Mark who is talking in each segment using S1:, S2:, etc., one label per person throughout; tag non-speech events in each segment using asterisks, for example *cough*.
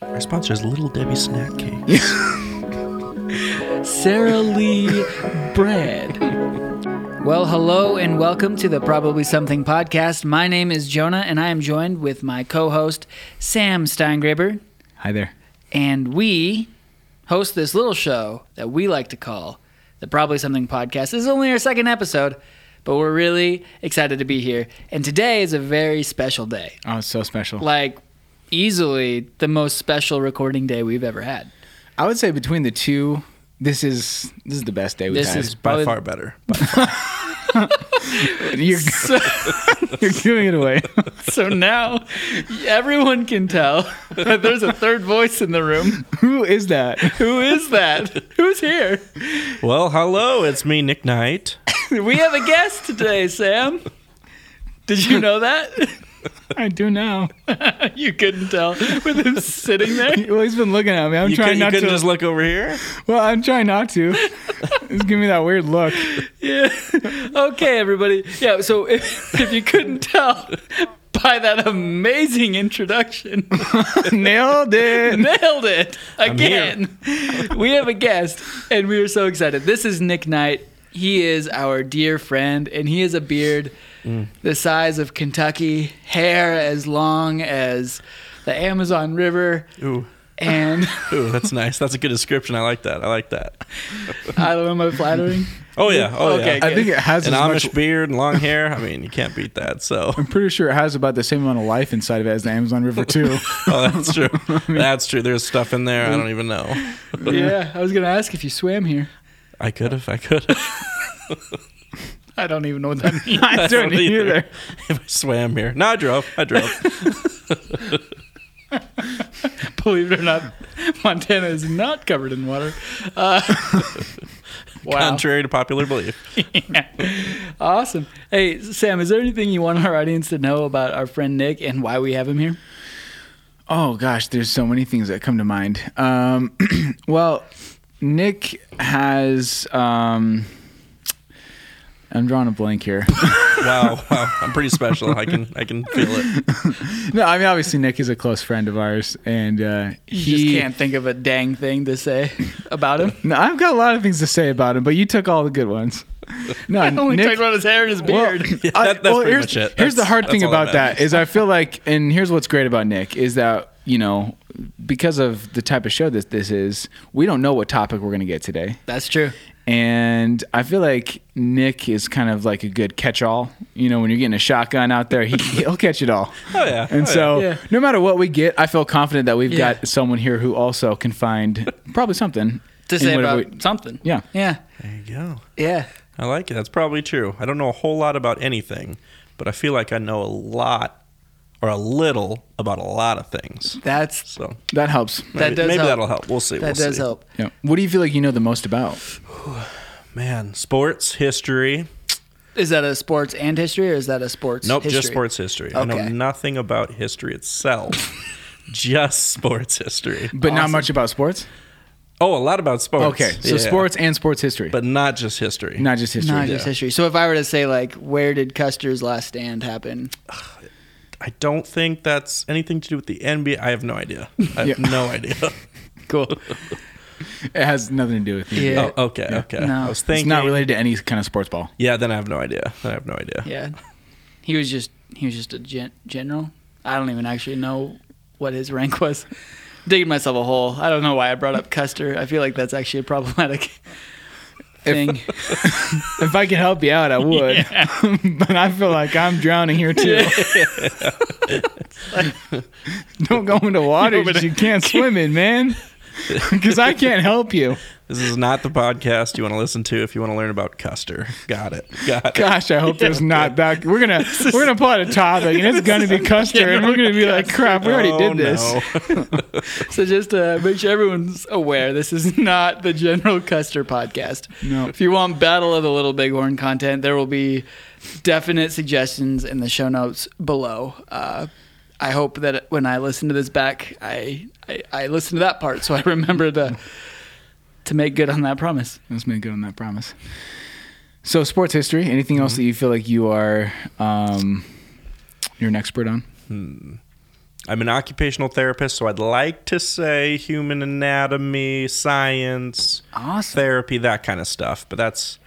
S1: Our sponsor is Little Debbie Snack Cake.
S2: Sarah Lee Bread. Well, hello and welcome to the Probably Something podcast. My name is Jonah, and I am joined with my co-host Sam Steingraber,
S3: Hi there.
S2: and we host this little show that we like to call the Probably Something podcast. This is only our second episode, but we're really excited to be here. And today is a very special day,
S3: Oh, it's so special.
S2: like easily the most special recording day we've ever had.
S3: I would say between the two, this is this is the best day we've
S2: This
S3: had.
S2: is
S1: By
S2: probably
S1: far better.
S3: *laughs* you're, you're giving it away.
S2: *laughs*
S3: *laughs*
S2: So now everyone can tell that there's a third voice in the room.
S3: Who is that?
S2: Who is that? Who's here?
S1: Well, hello, it's me, Nick Knight.
S2: We have a guest today, Sam. Did you know that? *laughs*
S3: I do now.
S2: You couldn't tell with him sitting there.
S3: *laughs* Well, he's been looking at me. I'm
S1: You, could,
S3: trying
S1: you
S3: not to.
S1: couldn't just look over here?
S3: Well, I'm trying not to. He's giving me that weird look. *laughs*
S2: Yeah. Okay, everybody. Yeah, so *laughs* if, if you couldn't tell by that amazing introduction,
S3: Nailed
S2: *laughs*
S3: it.
S2: Nailed it
S1: here.
S2: again. we have a guest, and we are so excited. This is Nick Knight. He is our dear friend, and he has a beard the size of Kentucky, hair as long as the Amazon River,
S1: Ooh.
S2: and
S1: Ooh, that's nice. That's a good description. I like that. I like that.
S2: I don't know, am I flattering?
S1: Oh, yeah. Oh,
S2: Okay,
S1: yeah.
S3: I think it has
S1: An
S3: as
S1: Amish
S3: much.
S1: beard and long hair. I mean, you can't beat that. So,
S3: I'm pretty sure it has about the same amount of life inside of it as the Amazon River too.
S1: oh, that's true. That's true. There's stuff in there. I don't even know.
S2: yeah, I was gonna ask if you swam here.
S1: I could if I could.
S2: I don't even know what that
S1: *laughs*
S2: means.
S3: I
S1: don't
S3: don't either.
S1: either. if I swam here. No, I drove. I drove.
S2: Believe it or not, Montana is not covered in water. Uh, *laughs* wow.
S1: Contrary to popular belief.
S2: Awesome. Hey, Sam, is there anything you want our audience to know about our friend Nick and why we have him here?
S3: Oh gosh, there's so many things that come to mind. Um, *clears throat* well, Nick has. Um, I'm drawing a blank here. *laughs*
S1: Wow. Wow. I'm pretty special. I can I can feel it.
S3: no, I mean obviously Nick is a close friend of ours, and uh,
S2: You
S3: he-
S2: just can't think of a dang thing to say *laughs* about him.
S3: No, I've got a lot of things to say about him, but you took all the
S1: *laughs*
S3: good ones. No,
S2: I only
S3: Nick.
S2: talked about his hair and his
S3: well,
S2: beard.
S3: *laughs*
S1: Yeah,
S3: I-
S1: that- that's
S3: well,
S1: pretty
S3: here's,
S1: much it.
S3: here's the
S1: That's-
S3: hard
S1: that's
S3: thing
S1: all that
S3: about that is I feel like, and here's what's great about Nick is that you know because of the type of show that this is, we don't know what topic we're going to get today.
S2: *laughs* That's true.
S3: And I feel like Nick is kind of like a good catch-all. You know, when you're getting a shotgun out there, he, *laughs* he'll catch it all.
S1: Oh, yeah.
S3: And
S1: Oh,
S3: so,
S2: yeah. Yeah.
S3: no matter what we get, I feel confident that we've
S2: Yeah.
S3: got someone here who also can find probably something
S2: To
S3: in
S2: say
S3: whatever
S2: about
S3: we-
S2: something.
S3: Yeah.
S2: Yeah.
S1: There you go.
S2: Yeah.
S1: I like it. That's probably true. I don't know a whole lot about anything, but I feel like I know a lot or a little about a lot of things.
S2: That's
S1: So
S3: that helps.
S1: maybe,
S2: does
S1: maybe
S2: help.
S1: that'll help. We'll see.
S2: that
S1: we'll
S2: does
S1: see.
S2: help.
S3: Yeah. What do you feel like you know the most about?
S1: Man, sports history.
S2: Is that a sports and history or is that a sports?
S1: Nope, just
S2: history?
S1: sports history. I know
S2: Okay.
S1: nothing about history itself. *laughs* just sports history.
S3: But not much about sports.
S1: Oh, a lot about sports.
S3: Okay, so
S1: Yeah.
S3: sports and sports history, but
S1: but not just history.
S3: not just history.
S2: Not just
S1: Yeah.
S2: history. So if I were to say like, where did Custer's last stand happen?
S1: I don't think that's anything to do with the NBA. I have no idea. I have
S3: Yeah.
S1: no
S3: *laughs*
S1: idea.
S2: Cool.
S3: It has nothing to do with you.
S2: Yeah.
S1: Oh, okay, okay.
S2: No.
S1: I was
S3: It's
S1: thinking.
S3: not related to any kind of sports ball.
S1: Yeah, then I have no idea. Then I have no idea.
S2: Yeah, he was just he was just a gen- general. I don't even actually know what his rank was. Digging myself a hole. I don't know why I brought up Custer. I feel like that's actually a problematic thing.
S3: If I could help you out, I would. *laughs* but I feel like I'm drowning here too. *laughs* Don't go into waters
S2: No, but-
S3: you can't swim in, man. *laughs* Because I can't help you.
S1: This is not the podcast you want to listen to if you want to learn about Custer. Got it. Got it.
S3: Gosh, I hope there's not that. We're gonna we're gonna pull out a topic, and it's gonna be Custer, and we're gonna be like, crap, we already
S1: Oh,
S3: did this.
S1: no.
S2: so just to make sure everyone's aware, this is not the General Custer podcast.
S3: No.
S2: If you want Battle of the Little Bighorn content, there will be definite suggestions in the show notes below. Uh, I hope that when I listen to this back, I, I I listen to that part so I remember to to make good on that promise.
S3: Let's make good on that promise. So, sports history. Anything else that you feel like you are um, you're an expert on?
S1: I'm an occupational therapist, so I'd like to say human anatomy, science,
S3: Awesome.
S1: therapy, that kind of stuff. But that's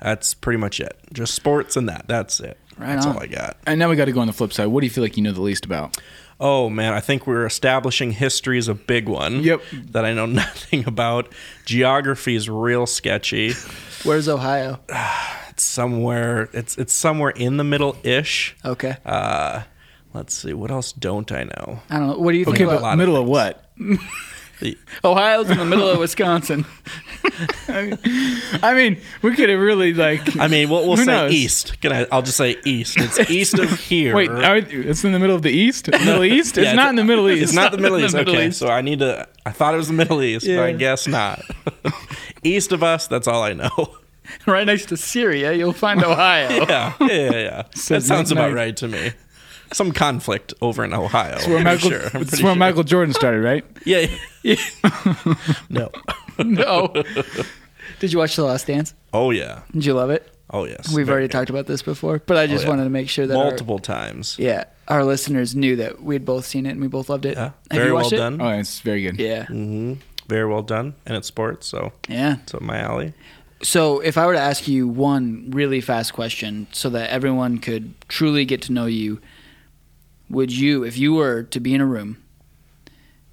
S1: that's pretty much it. Just sports and that. That's it.
S3: Right
S1: that's
S3: on.
S1: all I got.
S3: And now we got to go on the flip side. What do you feel like you know the least about?
S1: Oh man, I think we're establishing history is a big one.
S3: Yep.
S1: That I know *laughs* nothing about. Geography is real
S3: *laughs*
S1: sketchy.
S2: Where's Ohio?
S1: It's somewhere it's it's somewhere in the middle ish.
S2: Okay.
S1: Uh let's see, what else don't I know?
S2: I don't know. What do you think
S3: Okay,
S1: a
S2: about
S1: lot
S3: but
S1: of
S3: middle of, what?
S2: Ohio's in the middle of Wisconsin. *laughs*
S3: I mean, we could have really
S1: *laughs*
S3: like.
S1: I mean, we'll, we'll
S3: Who
S1: say
S3: knows?
S1: east. Can I? I'll just say east.
S3: *laughs*
S1: It's east of here.
S3: Wait, are, it's in the middle of
S1: *laughs*
S3: the east. Middle East. It's
S1: Yeah,
S3: not in *laughs* the Middle East.
S1: It's not the Middle
S2: the
S1: East.
S2: Middle
S1: okay,
S2: East.
S1: so I need to. I thought it was the Middle East, but I
S2: Yeah.
S1: guess
S3: *laughs*
S1: not. east of us, that's all I know. *laughs*
S2: right next to Syria, you'll find Ohio.
S3: *laughs*
S1: Yeah, yeah, yeah. yeah. that
S3: Says
S1: sounds about
S3: midnight.
S1: right to me. Some conflict over in Ohio. It's
S3: where Michael,
S1: sure. *laughs* I'm
S3: it's
S1: pretty
S3: where
S1: sure.
S3: Michael Jordan started, right?
S1: Yeah. yeah.
S3: *laughs*
S1: no.
S2: no. Did you watch The Last Dance?
S1: Oh yeah.
S2: Did you love it?
S1: Oh yes.
S2: We've
S1: Very
S2: already
S1: good.
S2: talked about this before,
S3: Oh,
S2: but I just
S1: yeah.
S2: wanted to make sure that our-
S1: multiple times.
S2: yeah, our listeners knew that we had both seen it and we both loved it.
S1: Yeah.
S2: Have
S1: Very
S2: you
S1: well
S2: watched it?
S1: done.
S3: Oh, it's very good.
S2: Yeah.
S1: hmm Very well done, and it's sports, so
S2: Yeah.
S1: it's up my alley.
S2: So, if I were to ask you one really fast question so that everyone could truly get to know you, would you, if you were to be in a room,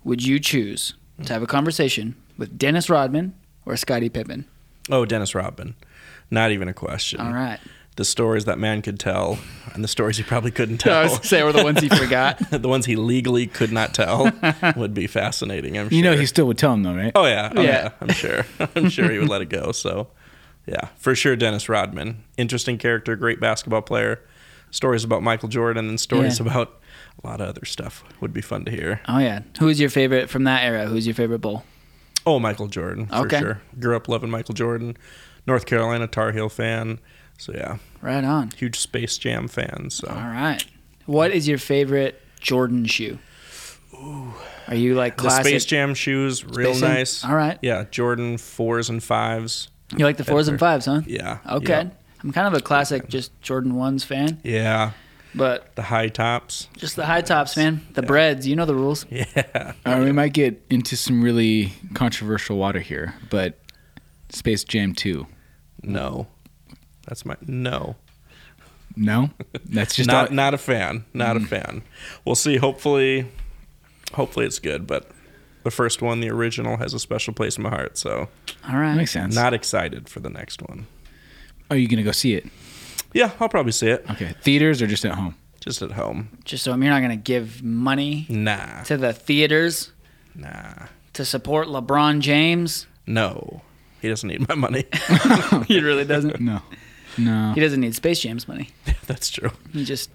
S2: would you choose to have a conversation with Dennis Rodman or Scottie Pippen?
S1: Oh, Dennis Rodman. Not even a question.
S2: All right.
S1: The stories that man could tell, and the stories he probably couldn't
S2: *laughs* I
S1: tell.
S2: was gonna say, or the ones he forgot.
S1: *laughs* the ones he legally could not
S2: *laughs*
S1: tell would be fascinating. I'm sure.
S3: You know he still would tell him though, right?
S1: Oh yeah, oh, yeah.
S2: Yeah.
S1: I'm sure. *laughs* I'm sure he would let it go. So, yeah, for sure. Dennis Rodman, interesting character, great basketball player. Stories about Michael Jordan and stories
S2: Yeah.
S1: about a lot of other stuff would be fun to hear.
S2: Oh, yeah. Who is your favorite from that era? Who's your favorite bowl?
S1: Oh, Michael Jordan, for
S2: Okay.
S1: sure. Grew up loving Michael Jordan. North Carolina Tar Heel fan. So yeah,
S2: Right on.
S1: huge Space Jam fan. So
S2: All right. What is your favorite Jordan shoe? Ooh. Are you like
S1: the
S2: classic?
S1: Space Jam shoes, real
S2: Space Jam?
S1: nice.
S2: All right.
S1: Yeah, Jordan fours and fives.
S2: You like the fours and fives, huh?
S1: Yeah.
S2: Okay.
S1: Yep.
S2: I'm kind of a classic just Jordan 1s fan,
S1: Yeah.
S2: but
S1: The high tops. *laughs*
S2: just the high tops, man. The breads, you know the rules.
S1: Yeah.
S3: Uh, we might get into some really controversial water here, but Space Jam 2.
S1: No. That's my no.
S3: No, that's just
S1: not
S3: all-
S1: not a fan. Not
S2: Mm.
S1: a fan. We'll see. Hopefully hopefully it's good, but the first one, the original, has a special place in my heart, so
S2: All right.
S3: that makes sense.
S1: not excited for the next one.
S3: Are you gonna go see it?
S1: Yeah, I'll probably see it.
S3: Okay, theaters or just at home?
S1: Just at home.
S2: Just so I'm, you're not going to give money
S1: Nah.
S2: to the theaters
S1: Nah.
S2: to support LeBron James.
S1: No. He doesn't need my money.
S2: he really
S1: *laughs*
S2: doesn't.
S3: No, no.
S2: He doesn't need Space Jam's money.
S1: That's true.
S2: He just.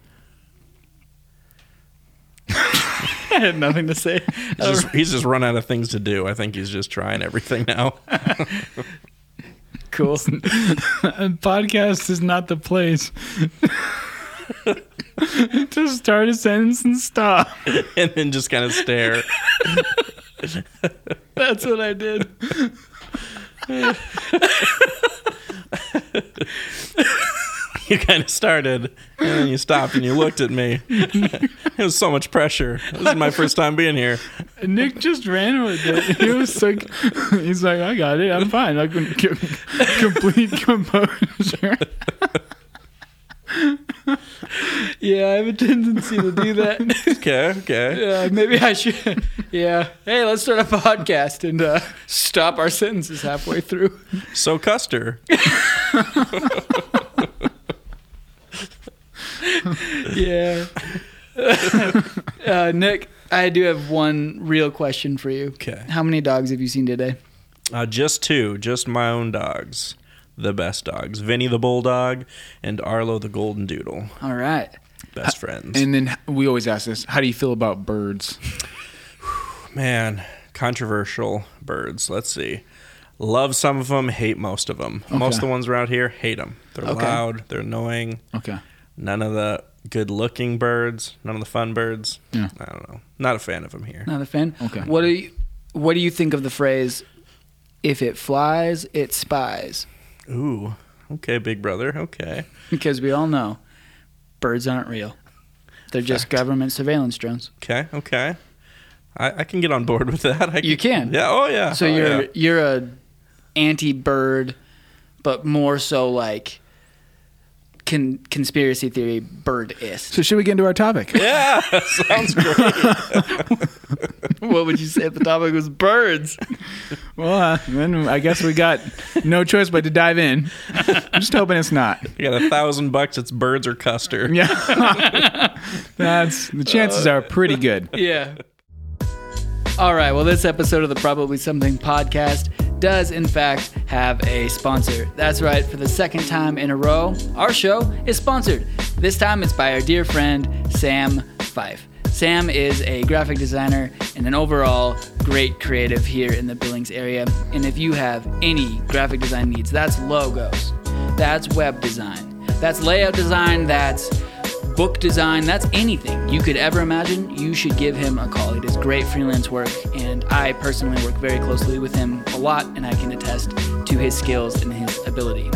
S2: I had nothing to say.
S1: He's just, he's just run out of things to do. I think he's just trying everything now. *laughs*
S3: *laughs*
S2: cool.
S3: Podcast is not the place *laughs* to start a sentence and stop.
S1: and then just kind of stare.
S2: That's what I did.
S1: you kind of started and then you stopped and you looked at me. *laughs* it was so much pressure. This is my first time being here.
S3: Nick just ran with it. He was like, *laughs* he's like, I got it. I'm fine. I can c- complete composure.
S2: Yeah, I have a tendency to do that. *laughs*
S1: Okay, okay.
S2: Yeah, maybe I should. Yeah. Hey, let's start a podcast and uh, stop our sentences halfway through.
S1: So Custer.
S2: Yeah. *laughs* uh, Nick, I do have one real question for you.
S1: Okay.
S2: How many dogs have you seen today?
S1: Uh, just two, just my own dogs. The best dogs. Vinny the Bulldog and Arlo the Golden Doodle.
S2: All right.
S1: Best friends.
S3: And then we always ask this: How do you feel about birds?
S1: Man, controversial birds. Let's see. Love some of them, hate most of them. Most of the ones around here, hate them. They're
S2: Okay.
S1: loud, they're annoying.
S3: Okay.
S1: None of the good looking birds, none of the fun birds.
S3: Yeah.
S1: I don't know. Not a fan of them here.
S2: Not a fan.
S3: Okay.
S2: What do you What do you think of the phrase? If it flies, it spies.
S1: Ooh. Okay, big brother. Okay.
S2: Because we all know birds aren't real. They're just government surveillance drones.
S1: Okay, okay. I, I can get on board with that. I
S2: You can.
S1: Yeah. Oh yeah.
S2: So
S1: Oh,
S2: you're
S1: yeah.
S2: you're a anti bird, but more so like con- conspiracy
S1: *laughs*
S2: theory birdist.
S3: So should we get into our topic?
S1: Yeah. *laughs* Sounds great.
S2: what would you say if the topic was birds?
S3: well, uh, then I guess we got no choice but to dive *laughs* in. I'm just hoping it's not.
S1: you got a thousand bucks. It's birds or Custer.
S3: Yeah, that's the chances are pretty good.
S2: yeah. All right. Well, this episode of the Probably Something podcast does, in fact, have a sponsor. That's right. For the second time in a row, our show is sponsored. This time it's by our dear friend, Sam Fife. Sam is a graphic designer and an overall great creative here in the Billings area. And if you have any graphic design needs, that's logos, that's web design, that's layout design, that's book design, that's anything you could ever imagine, you should give him a call. He does great freelance work, and I personally work very closely with him a lot, and I can attest to his skills and his ability.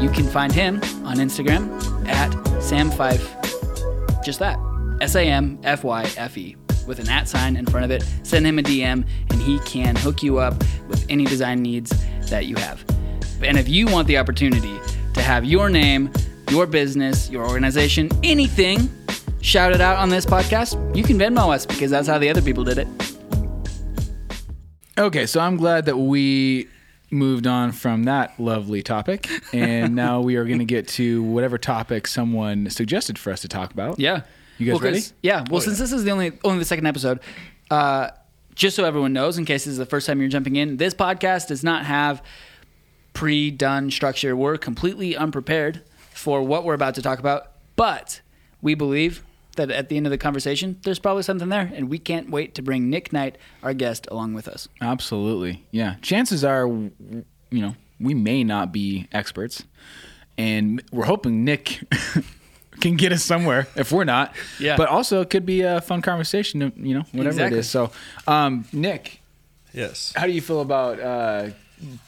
S2: You can find him on Instagram at Sam Fife. Just that. S A M F Y F E with an at sign in front of it. Send him a DM and he can hook you up with any design needs that you have. And if you want the opportunity to have your name, your business, your organization, anything shouted out on this podcast, you can Venmo us because that's how the other people did it.
S3: Okay, so I'm glad that we moved on from that lovely topic,
S2: *laughs*
S3: and now we are going to get to whatever topic someone suggested for us to talk about.
S2: Yeah.
S3: You guys
S2: Well, 'cause-
S3: ready? Oh,
S2: Yeah. Well, since this is the only only the second episode, uh, just so everyone knows, in case this is the first time you're jumping in, this podcast does not have pre-done structure. We're completely unprepared for what we're about to talk about, but we believe that at the end of the conversation, there's probably something there, and we can't wait to bring Nick Knight, our guest, along with us. *laughs*
S3: Absolutely. Yeah. Chances are, w- you know, we may not be experts, and we're hoping Nick *laughs* can get us somewhere if we're not.
S2: Yeah.
S3: But also, it could be a fun conversation, you know, whatever
S2: Exactly.
S3: it is. So, um, Nick,
S1: Yes.
S3: how do you feel about uh,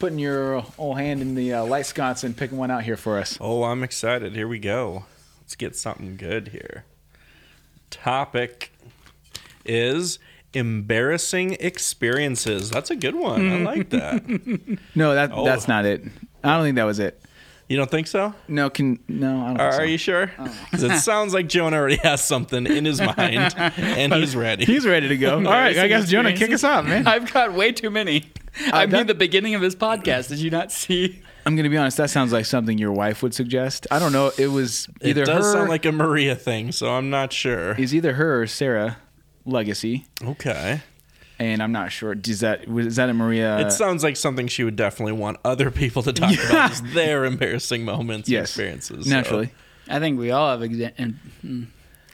S3: putting your old hand in the uh, light sconce and picking one out here for us?
S1: Oh, I'm excited. Here we go. Let's get something good here. Topic is embarrassing experiences. That's a good one. I like that.
S3: No, that
S1: Oh.
S3: that's not it. I don't think that was it.
S1: You don't think so?
S3: No, can no. I don't.
S1: Are,
S3: think so.
S1: you sure? Because it sounds like Jonah already has something in his mind and he's ready.
S3: He's ready
S1: *laughs*
S3: to go. All right, I guess Jonah, kick us off, man.
S2: I've got way too many. I mean,
S3: that-
S2: the beginning of this podcast. Did you not see?
S3: I'm gonna be honest. That sounds like something your wife would suggest. I don't know. It was either
S1: it does
S3: her.
S1: sound like a Maria thing, so I'm not sure.
S3: is either her or Sarah Legacy,
S1: Okay.
S3: and I'm not sure. Does that was is that a Maria?
S1: it sounds like something she would definitely want other people to talk
S3: *laughs*
S1: about is their embarrassing moments and
S3: yes,
S1: experiences. so-
S3: naturally.
S2: I think we all have exa- and, mm,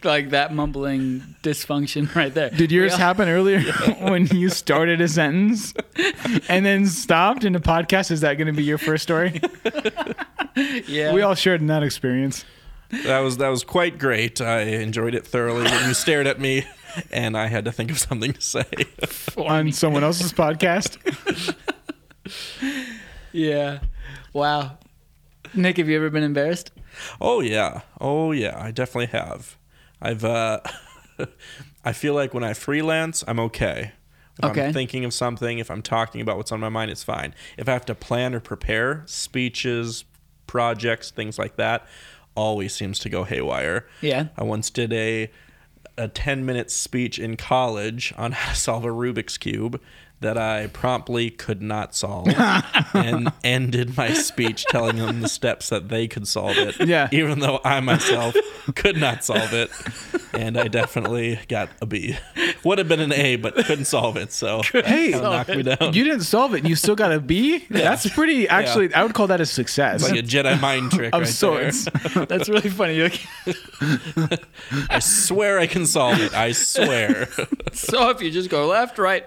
S2: like that mumbling dysfunction *laughs* right there.
S3: Did yours
S2: We all-
S3: happen earlier
S1: *laughs*
S3: *laughs* when you started a sentence and then stopped in a podcast? Is that going to be your first story?
S2: Yeah.
S3: We all shared in that experience.
S1: That was that was quite great. I enjoyed it thoroughly. You stared at me, and I had to think of something to say. *laughs*
S3: on someone else's podcast.
S2: Yeah. Wow. Nick, have you ever been embarrassed?
S3: *laughs*
S1: oh yeah, oh yeah, I definitely have. I've. uh *laughs* I feel like when I freelance, I'm okay. If
S2: Okay.
S1: I'm thinking of something, if I'm talking about what's on my mind, it's fine. If I have to plan or prepare speeches, projects, things like that, always seems to go haywire.
S2: Yeah.
S1: I once did a a 10 minute speech in college on how to solve a Rubik's cube that I promptly could not
S3: *laughs*
S1: solve and ended my speech telling them the steps that they could solve it.
S3: Yeah.
S1: Even though I myself could not solve it. And I definitely got a B. Would have been an A, but couldn't solve it. So
S3: Hey,
S1: that knocked me down.
S3: *laughs* you didn't solve it. and You still got a B. That's pretty. Actually, I would call that a success
S1: It's like a Jedi mind trick
S3: *laughs* of
S1: right *laughs*
S3: sorts.
S1: there.
S2: That's really funny. You're like,
S1: I swear I can solve it. I
S3: *laughs*
S1: swear.
S2: *laughs* so if you just go left, right,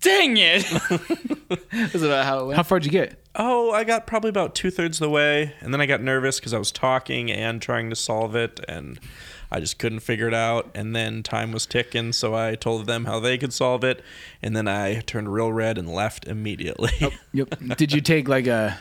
S2: dang it. *laughs* That's about how it
S3: How
S2: went.
S3: far would you get?
S1: Oh, I got probably about two thirds of the way, and then I got nervous because I was talking and trying to solve it, and I just couldn't figure it out. And then time was ticking, so I told them how they could solve it,
S3: Oh,
S1: and then I turned real red and left immediately.
S3: Yep. Did you take like a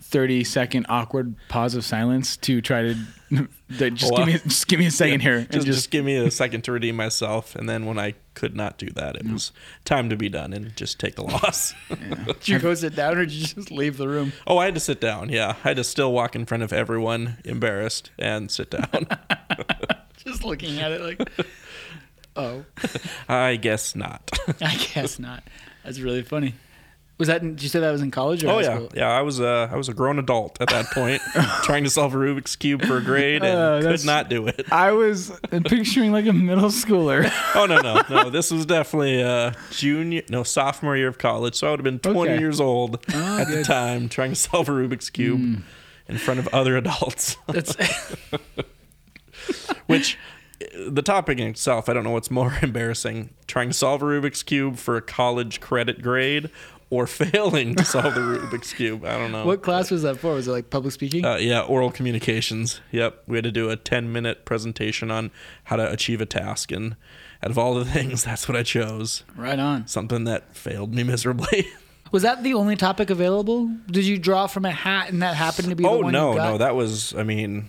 S3: thirty second awkward pause of silence to try to *laughs* that- just
S1: Wow.
S3: give me just give me a
S1: *laughs*
S3: second here and
S1: Just,
S3: just,
S1: just give me a second to redeem myself, and then when I could not do that, it was time to be done and just take a loss. *laughs*
S2: Did you go sit down or did you just leave the room?
S1: oh, I had to sit down. Yeah, I had to still walk in front of everyone, embarrassed, and sit
S3: *laughs*
S1: down.
S2: Just looking at it like, *laughs* oh,
S1: I guess not. *laughs*
S2: I guess not. That's really funny. Was that? in- Did you say that was in college? Or
S1: Oh
S2: high
S1: yeah,
S2: school?
S1: yeah. I was a I was a grown adult at that
S2: *laughs*
S1: point, trying to solve a Rubik's cube for a grade and
S3: Uh,
S1: could
S3: that's-
S1: not do it.
S3: I was *laughs* picturing like a
S1: *laughs*
S3: middle schooler.
S1: Oh no, no, no. This was definitely uh, junior, no sophomore year of college. So I would have been 20
S3: Okay.
S1: years old
S2: Ah,
S1: at the time, trying to solve a Rubik's cube
S2: Hmm.
S1: in front of other adults. *laughs*
S2: That's
S3: *laughs*
S2: *laughs*
S1: Which uh, the topic in itself, I don't know what's more *laughs* embarrassing: trying to solve a Rubik's cube for a college credit grade, or failing to solve the Rubik's cube. I don't know.
S2: what class was that for? Was it like public speaking?
S1: Uh, yeah, oral communications. Yep, we had to do a ten-minute presentation on how to achieve a task, and out of all the *laughs* things, that's what I chose.
S2: right on.
S1: Something that failed me *laughs* miserably.
S2: Was that the only topic available? Did you draw from a hat and that happened to be? the
S1: oh
S2: one
S1: no,
S2: you got?
S1: no, that was. I mean,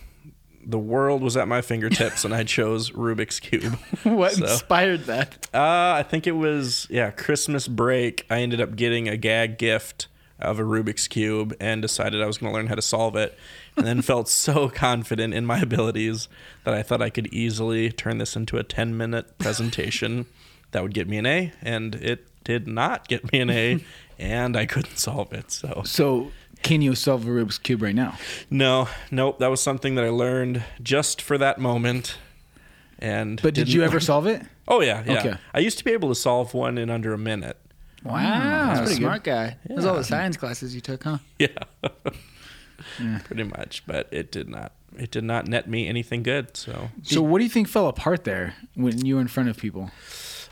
S1: the world was at my fingertips, and I chose Rubik's cube.
S2: *laughs* *laughs* what
S1: So,
S2: inspired that?
S1: uh, I think it was yeah Christmas break. I ended up getting a gag gift of a Rubik's cube and decided I was going to learn how to solve it, and
S3: *laughs*
S1: then felt so confident in my abilities that I thought I could easily turn this into a ten minute
S3: *laughs*
S1: presentation that would get me an A, and it did not get me an
S3: *laughs*
S1: A, and I couldn't solve it. So
S3: So can you solve a Rubik's cube right now?
S1: no, nope. That was something that I learned just for that moment. And
S3: But did
S1: didn't
S3: you
S1: *laughs*
S3: ever
S1: learn-
S3: solve it?
S1: Oh yeah, yeah.
S3: Okay.
S1: I used to be able to solve one in under a minute.
S2: Wow,
S1: Hmm,
S3: that's pretty
S2: smart guy. It was all the science classes you took, huh?
S1: *laughs* Yeah. Pretty much, but it did not. It did not net me anything good. So,
S3: So what do you think fell apart there when you were in front of people?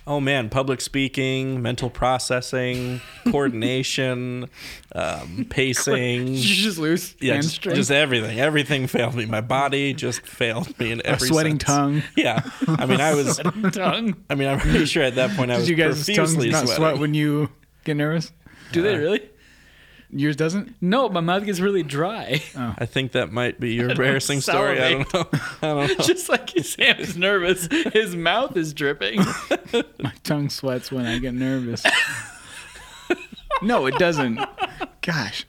S1: oh man, public speaking, mental
S3: *laughs*
S1: processing, coordination, um, pacing.
S2: Did you just lose
S1: Yeah,
S2: hand
S1: just,
S2: strength?
S1: just everything. Everything failed me. My body just failed me in every
S3: sweating
S1: sense.
S3: tongue.
S1: Yeah, I mean, I
S3: *laughs*
S1: was.
S2: tongue.
S1: I mean, I'm pretty sure at that point I
S3: Did
S1: was
S3: you guys' tongues
S1: profusely
S3: not sweat
S1: sweating.
S3: when you get nervous?
S2: Do they really?
S3: Yours doesn't?
S2: No, my mouth gets really dry. *laughs*
S1: I think that might be
S3: *laughs*
S1: your embarrassing story. I don't know. I don't know.
S2: Just like Sam's nervous, his mouth
S1: *laughs*
S2: is dripping.
S3: *laughs*
S2: *laughs*
S3: My tongue sweats when I get nervous. *laughs* no, it doesn't. Gosh.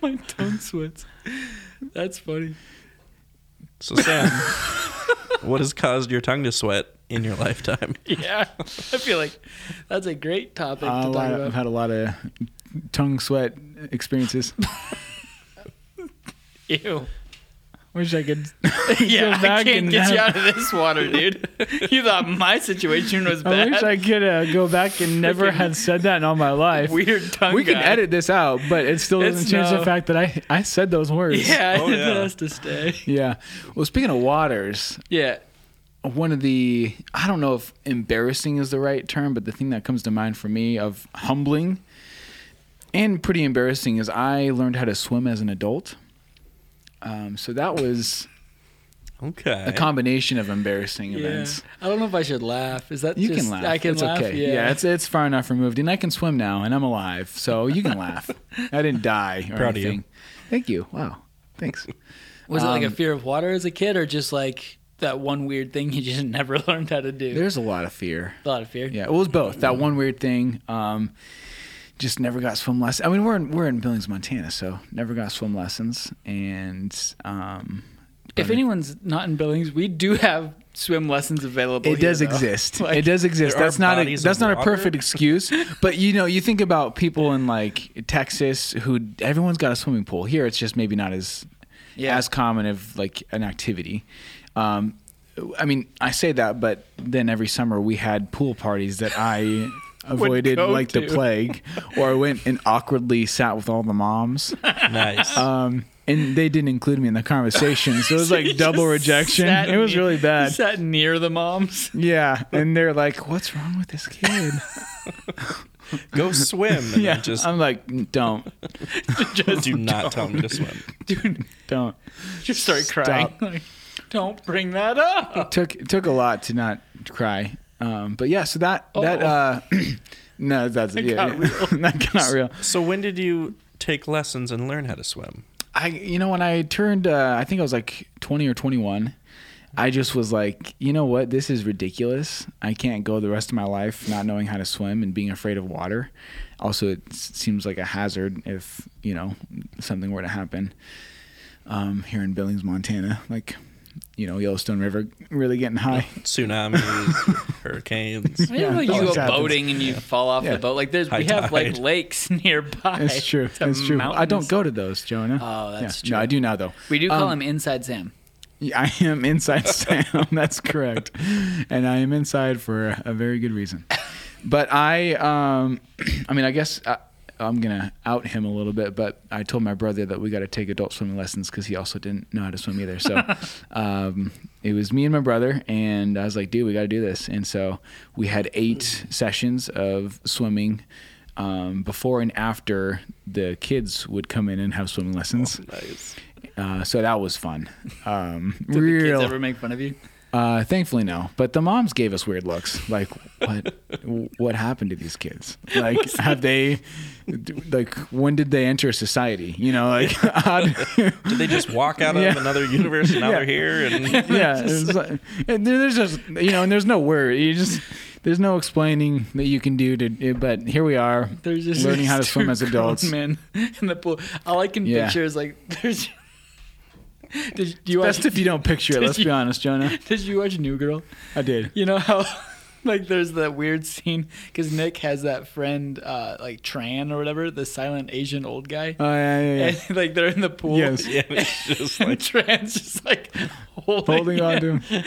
S2: My tongue sweats. That's funny.
S1: So
S3: *laughs*
S1: Sam, what has caused your tongue to sweat in your lifetime?
S2: Yeah, *laughs* I feel like that's a great topic
S3: Uh,
S2: to
S3: a
S2: talk
S3: lot of- I've
S2: about.
S3: had a lot of tongue sweat experiences.
S2: Ew.
S3: *laughs* Wish I *laughs* could.
S2: *laughs* Yeah, I
S3: back
S2: can't
S3: and
S2: get you out
S3: have-
S2: of this water, *laughs* dude. you thought my situation was
S3: I
S2: bad.
S3: wish I could uh, go back *laughs* and never
S2: Freaking-
S3: had said that in all my life.
S2: Weird tongue.
S3: we can
S2: guy.
S3: edit this out, but it still doesn't
S2: It's
S3: change
S2: no-
S3: the fact that I, I said those
S2: *laughs*
S3: words.
S2: Yeah,
S1: Oh,
S2: it
S1: yeah.
S2: has to stay.
S3: Yeah. Well, speaking of waters,
S2: Yeah.
S3: one of the I don't know if embarrassing is the right term, but the thing that comes to mind for me of humbling and pretty embarrassing is I learned how to swim as an adult. Um, so that was
S1: Okay.
S3: a combination of embarrassing
S2: Yeah.
S3: events.
S2: I don't know if I should laugh. Is that
S3: You
S2: just,
S3: can laugh.
S2: I can
S3: it's
S2: laugh.
S3: okay.
S2: Yeah.
S3: it's it's far enough removed, and I can swim now, and I'm alive, so you can laugh. I didn't die
S2: *laughs*
S3: or
S1: Proud of you.
S3: anything. Thank you. Wow. Thanks.
S2: was it like a
S3: um,
S2: fear of water as a kid, or just like that one weird thing you just *laughs* never learned how to do?
S3: There's a lot of fear.
S2: a lot of fear.
S3: Yeah, it was both. That one weird thing. Um, just never got swim lessons. I mean, we're in we're in Billings, Montana, so never got swim lessons. And um,
S2: If anyone's not in Billings, we do have swim lessons available.
S3: it
S2: here,
S3: does
S2: though. *laughs*
S3: exist.
S2: Like,
S3: it does exist.
S1: there are
S3: That's not a,
S1: bodies
S3: that's
S1: of
S3: not a
S1: water?
S2: *laughs*
S3: perfect excuse. But you know, you think about people in like Texas who everyone's got a swimming pool. Here, it's just maybe not as
S2: Yeah.
S3: as common of like an activity. Um, I mean, I say that, but then every summer we had pool parties that
S2: *laughs*
S3: I avoided
S2: go
S3: like the
S2: to.
S3: plague, or I went and awkwardly sat with all the moms.
S1: nice.
S3: Um, and they didn't include me in the conversation, so it
S2: *laughs*
S3: was
S2: You
S3: like double
S2: just
S3: rejection.
S2: sat
S3: It was
S2: near-
S3: really
S2: you
S3: bad.
S2: Sat near the
S3: *laughs*
S2: moms. *laughs*
S3: Yeah, and they're like, "What's wrong with this kid?" *laughs*
S1: Go swim. And
S3: yeah,
S1: yeah. Just
S3: I'm like, "Don't,
S1: do not tell me to swim.
S2: Dude,
S3: don't."
S2: just start
S3: Stop.
S2: crying. *laughs* Like, don't bring that up.
S3: It took it took a lot to not cry, um, but yeah. So that that
S2: Oh.
S3: uh, *clears throat* no, that's yeah, *laughs*
S2: got
S3: yeah. that got real.
S1: So when did you take lessons and learn how to swim?
S3: I you know when I turned uh, I think I was like 20 or 21 I just was like you know what this is ridiculous I can't go the rest of my life not knowing how to swim and being afraid of water also it s- seems like a hazard if you know something were to happen um, here in Billings Montana like you know Yellowstone River really
S2: *laughs*
S3: getting high *laughs*
S1: Tsunamis, hurricanes.
S2: I mean, like
S3: that
S2: you go
S3: always happens.
S2: boating and you fall off
S3: Yeah.
S2: the boat. Like there's, we
S1: High
S2: have like
S1: tide.
S2: lakes *laughs* nearby.
S3: That's
S2: *laughs*
S3: true
S2: to
S3: that's true I
S2: mountains.
S3: don't go to those Jonah
S2: Oh, that's
S3: no
S2: true.
S3: I do now though
S2: We do call
S3: Um,
S2: him Inside Sam.
S3: Yeah, *laughs* I am inside Sam. *laughs* That's correct, and I am inside for a very good reason. But I, um, *clears throat* I mean, I guess I, I'm gonna out him a little bit. But I told my brother that we got to take adult swimming lessons because he also didn't know how to swim either. So um, it was me and my brother, and I was like, "Dude, we got to do this." And so we had eight sessions of swimming. Um, before and after the kids would come in and have swimming lessons,
S1: Nice.
S3: uh, so that was fun. Um,
S2: *laughs* Do the
S3: real.
S2: kids ever make fun of you?
S3: Uh, thankfully, no. But the moms gave us weird looks. Like, what? *laughs* w- what happened to these kids? Like,
S2: *laughs*
S3: have they? d- Like, when did they enter society? You
S2: *laughs*
S3: know, like, *laughs* how d-
S1: Did they just walk out of
S3: Yeah.
S1: another universe and now
S3: Yeah.
S1: they're here?
S3: *laughs*
S1: And
S3: yeah. it's like- and there- there's just you know, and there's no word. You just there's no explaining that you can do to. But here we are,
S2: There's just
S3: learning
S2: these
S3: how to
S2: two
S3: swim as
S2: *laughs* grown
S3: adults.
S2: Men in the pool. All I can
S3: Yeah.
S2: picture is like there's. *laughs* Did you watch?
S3: Best if you don't picture it.
S2: Did
S3: Let's be
S2: you-
S3: honest, Jonah.
S2: *laughs* Did you watch New Girl? *laughs*
S3: I did.
S2: You know how like there's that weird scene because Nick has that friend uh, like Tran or whatever, the silent Asian old guy,
S3: Oh yeah,
S2: *laughs*
S3: yeah, yeah.
S2: and like they're in the pool.
S3: Yes.
S1: yeah, *laughs* it's just
S2: *laughs* And
S1: like
S2: Tran's just like holding,
S3: Holding on to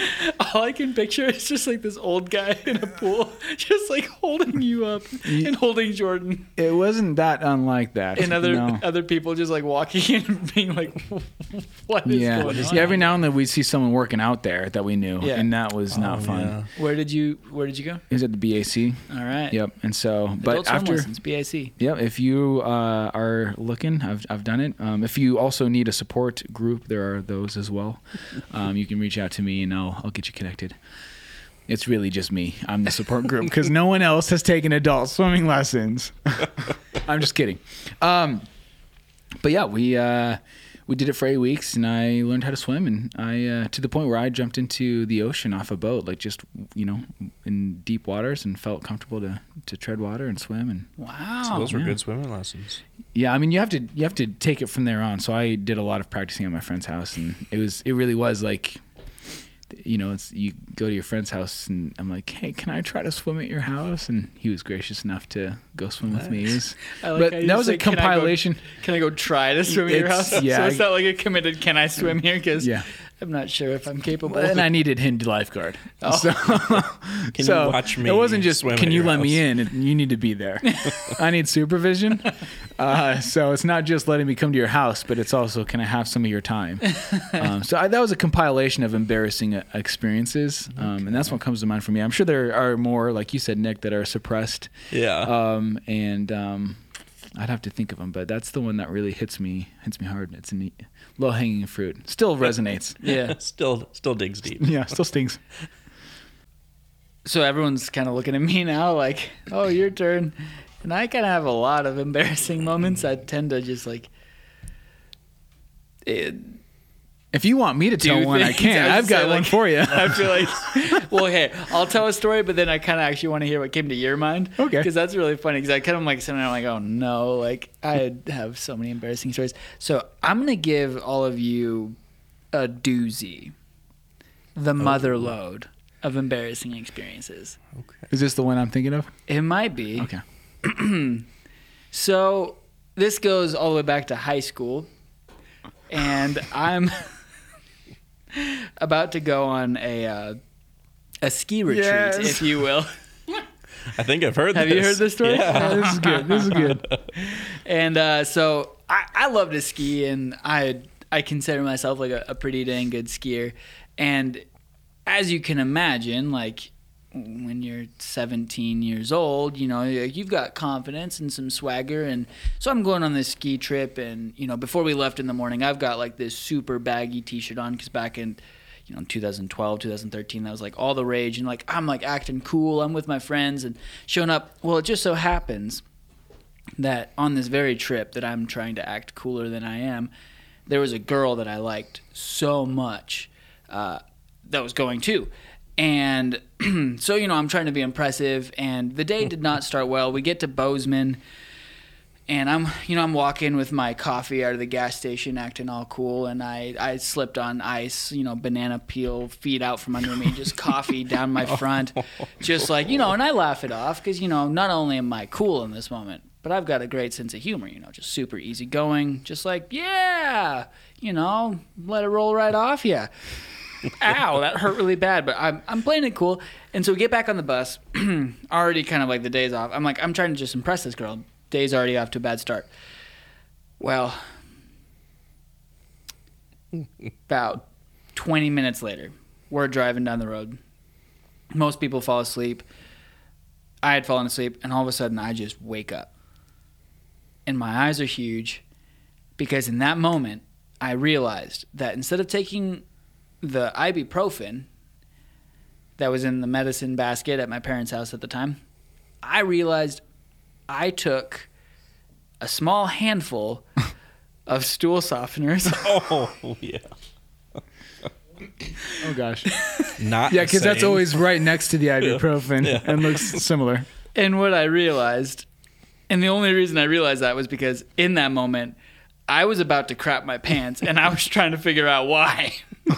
S2: All I can picture is just like this old guy in a pool, *laughs* just like holding you up
S3: Ye-
S2: and holding Jordan
S3: It wasn't that unlike that.
S2: and other
S3: no.
S2: other people just like walking in and being like, *laughs* "What is
S3: yeah.
S2: going on?"
S3: yeah. Every now and then we'd see someone working out there that we knew,
S2: Yeah.
S3: and that was not
S1: Oh,
S3: fun.
S1: yeah.
S2: where did you Where did you go?
S3: It was at the BAC.
S2: All right.
S3: Yep. And so, but
S2: Adult swim
S3: after.
S2: lessons, BAC.
S3: Yep. If you uh, are looking, I've, I've done it. Um, if you also need a support group, there are those as well. Um, you can reach out to me and I'll, I'll get you connected. It's really just me. I'm the support group because no one else has taken adult swimming lessons. *laughs* I'm just kidding. Um, but yeah, we uh, we did it for eight weeks, and I learned how to swim, and I uh, to the point where I jumped into the ocean off a boat, like just you know in deep waters, and felt comfortable to to tread water and swim, and
S2: Wow.
S1: so those were
S3: Oh, yeah.
S1: good swimming lessons.
S3: yeah, I mean you have to you have to take it from there on. So I did a lot of practicing at my friend's house, and it was it really was like, you know, it's you go to your friend's house, and I'm like, hey, can I try to swim at your house? And he was gracious enough to go swim with me. It was-
S2: *laughs* I like
S3: but
S2: how you
S3: that
S2: just
S3: was a
S2: say, "Can I go- *laughs*
S3: compilation.
S2: Can I go try to swim at your
S3: It's-
S2: house? *laughs*
S3: yeah,
S2: so it's
S3: I-
S2: not like a committed. Can I swim here? Because
S3: Yeah.
S2: I'm not sure if I'm capable.
S3: Well, and I needed him to lifeguard.
S2: Oh.
S3: *laughs* So,
S1: Can
S3: so
S1: you watch me?
S3: It wasn't just
S1: swim
S3: can
S1: at
S3: you
S1: your
S3: let me
S1: house?"
S3: in? It- You need to be there. I need supervision. Uh, so it's not just letting me come to your house, but it's also can I have some of your time?
S2: *laughs*
S3: *laughs* Um, so I, that was a compilation of embarrassing uh, experiences, um, and that's what comes to mind for me. I'm sure there are more, like you said, Nick, that are suppressed,
S1: Yeah.
S3: um, and um, I'd have to think of them. But that's the one that really hits me hits me hard. It's a low hanging fruit. Still resonates.
S2: yeah.
S1: *laughs* still, still digs deep.
S3: *laughs* yeah, still stings.
S2: So everyone's kind of looking at me now, like, "Oh, your turn." And I kind of have a lot of embarrassing *laughs* moments. I tend to just like. It,
S3: If you want me to tell
S2: do
S3: one, I
S2: things.
S3: can.
S2: was
S3: I've
S2: just
S3: got
S2: saying,
S3: one
S2: like,
S3: for *laughs* you.
S2: *laughs* I feel like, well, hey, I'll tell a story, but then I kind of actually want to hear what came to your mind.
S3: Okay.
S2: Because that's really funny. Because I kind of like sitting there, I'm like, oh no, like I have so many embarrassing stories. So I'm gonna give all of you a doozy,
S3: Oh.
S2: the mother load of embarrassing experiences.
S1: Okay.
S3: Is this the one I'm *laughs* thinking of?
S2: It might be.
S3: Okay.
S2: *clears throat* So this goes all the way back to high school, and
S3: *sighs*
S2: I'm *laughs* about to go on a uh, a ski retreat,
S3: Yes.
S2: if you
S3: *laughs*
S2: will.
S1: I think I've heard.
S2: Have
S1: this.
S2: you heard this story?
S1: Yeah.
S3: Yeah, *laughs* Oh, this is good. This is good.
S2: And uh, so I, I love to ski, and I I consider myself like a, a pretty dang good skier. And as you can imagine, like when you're 17 years old, you know like, you've got confidence and some swagger. And so I'm going on this ski trip, and you know before we left in the morning, I've got like this super baggy T-shirt on because back in you know, 2012, 2013, that was like all the rage. And like, I'm like acting cool. I'm with my friends and showing up. Well, it just so happens that on this very trip that I'm trying to act cooler than I am, there was a girl that I liked so much uh, that was going too. And *clears throat* so, you know, I'm trying to be impressive, and the day did not start well. We get to Bozeman, and I'm, you know, I'm walking with my coffee out of the gas station, acting all cool, and I, I slipped on ice, you know, banana peel, feet out from under me, just coffee down my front, just like, you know, and I laugh it off because, you know, not only am I cool in this moment, but I've got a great sense of humor, you know, just super easygoing, just like, yeah, you know, let it roll right off you ow, that hurt really bad. But I'm, I'm playing it cool. And so we get back on the bus, *clears throat* already kind of like the day's off. I'm like, I'm trying to just impress this girl. Day's already off to a bad start. Well, about 20 minutes later, we're driving down the road. Most people fall asleep. I had fallen asleep, and all of a sudden, I just wake up. And my eyes are huge because in that moment, I realized that instead of taking the ibuprofen that was in the medicine basket at my parents' house at the time, I realized I took a small handful of stool softeners.
S1: *laughs* Oh yeah.
S3: Oh gosh.
S1: Not
S3: Yeah, because that's
S1: same.
S3: always right next to the *laughs* ibuprofen
S1: Yeah.
S3: and looks similar.
S2: And what I realized, and the only reason I realized that was because in that moment, I was about to crap my pants and I was trying to figure out why.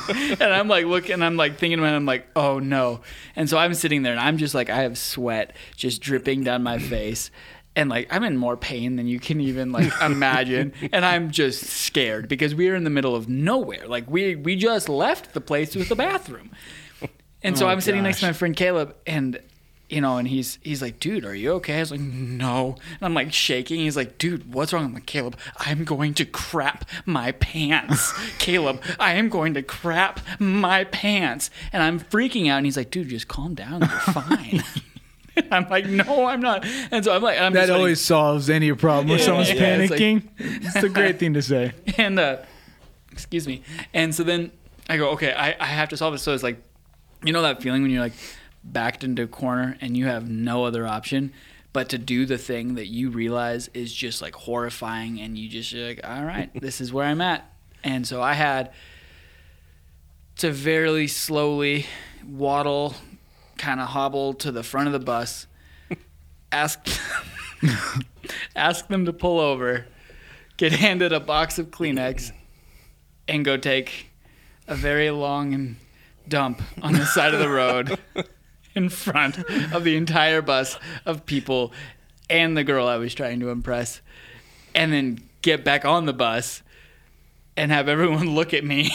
S2: and I'm like looking, I'm like thinking about it, I'm like, oh no. And so I'm sitting there and I'm just like, I have sweat just dripping down my face. And like I'm in more pain than you can even like imagine, and I'm just scared because we are in the middle of nowhere. Like we we just left the place with the bathroom, and so
S3: Oh,
S2: I'm sitting next to
S3: gosh.
S2: my friend Caleb, and you know, and he's he's like, "Dude, are you okay?" I was like, "No," and I'm like shaking. He's like, "Dude, what's wrong?" I'm like, "Caleb, I'm going to crap my
S3: *laughs*
S2: pants." Caleb, I am going to crap my pants, and I'm freaking out. And he's like, "Dude, just calm down. You're
S3: *laughs*
S2: fine." *laughs* I'm like, "No, I'm not." And so I'm like, I'm
S3: That
S2: just like-
S3: always solves any problem where someone's
S2: yeah, it's like- *laughs*
S3: panicking. It's, a great thing to say.
S2: and uh, excuse me. And so then I go, okay, I, I have to solve this. So it's like, you know that feeling when you're like backed into a corner and you have no other option but to do the thing that you realize is just like horrifying, and you just you're like, all right, this is where I'm at. And so I had to very slowly waddle, kind of hobble to the front of the bus, *laughs* ask *laughs* ask them to pull over, get handed a box of Kleenex, and go take a very long and dump on the side of the road in front of the entire bus of people and the girl I was trying to impress, and then get back on the bus and have everyone *laughs* look at me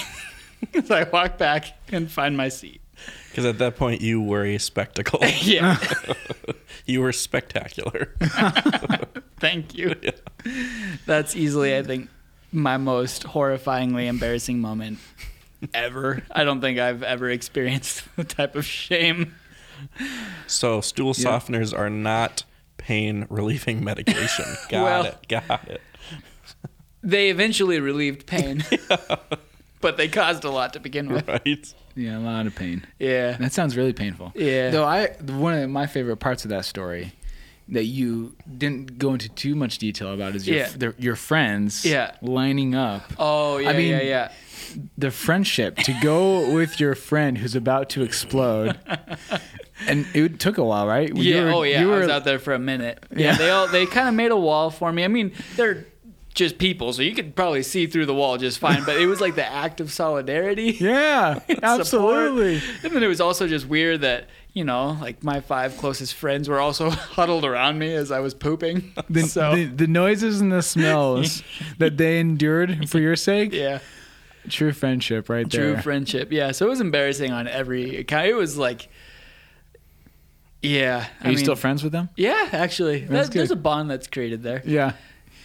S2: as I walk back and find my seat.
S1: Because at that point, you were a spectacle. *laughs*
S2: *laughs* Yeah,
S1: you were spectacular.
S2: thank you. That's easily, I think, my most horrifyingly embarrassing moment ever. I don't think I've ever experienced *laughs* the type of shame.
S1: So stool
S3: Yeah.
S1: softeners are not pain relieving medication. Got
S2: Well-
S1: it. Got it.
S2: They eventually relieved pain, *laughs* but they caused a lot to begin with.
S1: Right.
S3: Yeah, a lot of pain.
S2: Yeah.
S3: That sounds really painful.
S2: Yeah.
S3: Though I one of my favorite parts of that story that you didn't go into too much detail about is your
S2: Yeah.
S3: their, your friends
S2: Yeah.
S3: lining up
S2: Oh, yeah,
S3: mean-
S2: yeah, yeah.
S3: the friendship to
S2: *laughs*
S3: go with your friend who's about to explode. And it took a while, right? You
S2: Yeah,
S3: were-
S2: oh yeah,
S3: you
S2: I was
S3: were-
S2: out there for a minute. Yeah,
S3: Yeah.
S2: they all they kind of made a wall for me. I mean, they're just people, so you could probably see through the wall just fine. But it was like the act of solidarity. *laughs*
S3: Yeah,
S2: support.
S3: absolutely.
S2: And then it was also just weird that you know, like my five closest friends were also *laughs* huddled around me as I was
S3: *laughs*
S2: pooping. *laughs*
S3: The,
S2: so
S3: the, the noises and the
S2: *laughs*
S3: smells that they endured for your sake,
S2: yeah.
S3: true friendship right there.
S2: True friendship. Yeah. So it was embarrassing on every account. It was like, yeah.
S3: Are you still friends with them?
S2: Yeah, actually,
S3: That's
S2: that, there's
S3: good.
S2: a bond that's created there.
S3: Yeah.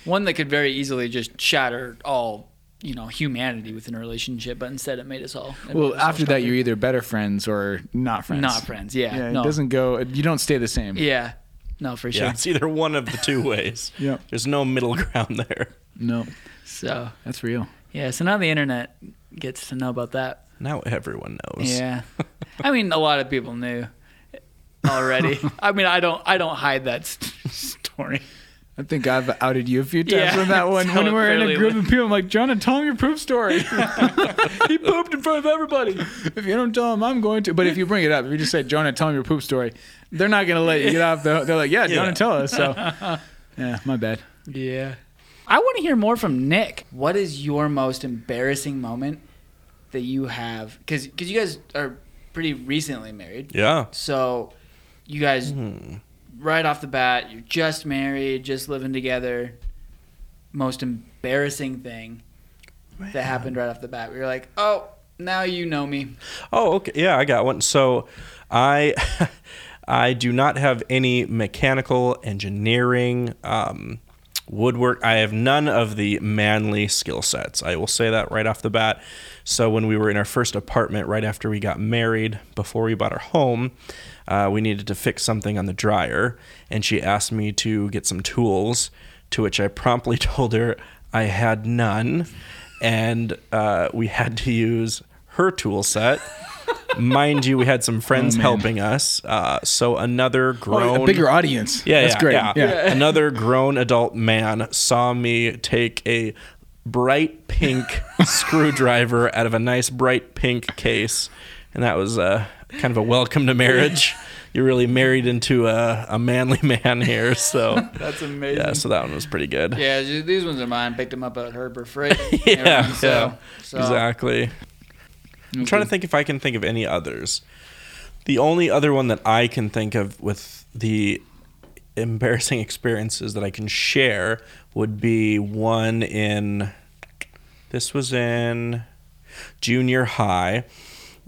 S2: One that could very easily just shatter all, you know, humanity within a relationship, but instead it made us all. it made
S3: Well,
S2: us all
S3: after that,
S2: stronger.
S3: you're either better friends or not friends.
S2: not friends. Yeah.
S3: Yeah,
S2: no.
S3: it doesn't go. You don't stay the same.
S2: Yeah. No, for sure.
S1: Yeah, it's either one of the two ways.
S3: Yeah.
S1: There's no middle *laughs* ground there.
S3: No,
S2: So
S3: that's real.
S2: yeah. So now the internet gets to know about that.
S1: Now everyone knows.
S2: Yeah. *laughs* I mean, a lot of people *laughs* knew already. I mean, I don't. I don't hide that st- story.
S3: I think I've outed you a few times
S2: Yeah,
S3: on
S2: *laughs*
S3: that one.
S2: so
S3: when
S2: it
S3: we're in a
S2: clearly
S3: group
S2: was.
S3: of people, I'm like, Jonah, tell him your
S2: *laughs*
S3: poop story.
S2: *laughs* he pooped in front of everybody.
S3: if you don't tell him, I'm going to. But if you bring it up, if you just say, Jonah, tell him your poop story, they're not going to let you get off the hook. They're like, yeah, Jonah, tell us.
S2: *laughs*
S3: So, yeah, my bad.
S2: Yeah. I want to hear more from Nick. What is your most embarrassing moment that you have? Because you guys are pretty recently married.
S1: Yeah.
S2: So you guys,
S1: Mm-hmm.
S2: right off the bat, you're just married, just living together. Most embarrassing thing that happened right off the bat. We were like, oh, now you know me.
S1: Oh, okay. Yeah, I got one. So I *laughs* I do not have any mechanical engineering um woodwork. I have none of the manly skill sets. I will say that right off the bat. So when we were in our first apartment right after we got married, before we bought our home, uh, we needed to fix something on the dryer, and she asked me to get some tools, to which I promptly *laughs* told her I had none, and uh, we had to use her tool set. Mind you, we had some friends helping us. Uh, so another grown,
S3: Oh, a bigger audience.
S1: yeah,
S3: That's
S1: yeah,
S3: great.
S1: Yeah.
S3: yeah.
S1: another grown adult man saw me take a bright
S3: *laughs*
S1: pink screwdriver out of a nice bright pink case, and that was uh, kind of a welcome to marriage. You're really married into a, a manly *laughs* man here, so
S2: That's amazing.
S1: yeah. So that one was pretty good.
S2: Yeah, th- these ones are mine. Picked them up at Herbert Freight.
S1: *laughs* yeah,
S2: so,
S1: yeah,
S2: so.
S1: exactly. I'm trying to think if I can think of any others. The only other one that I can think of with the embarrassing *laughs* experiences that I can share would be one in this was in junior high.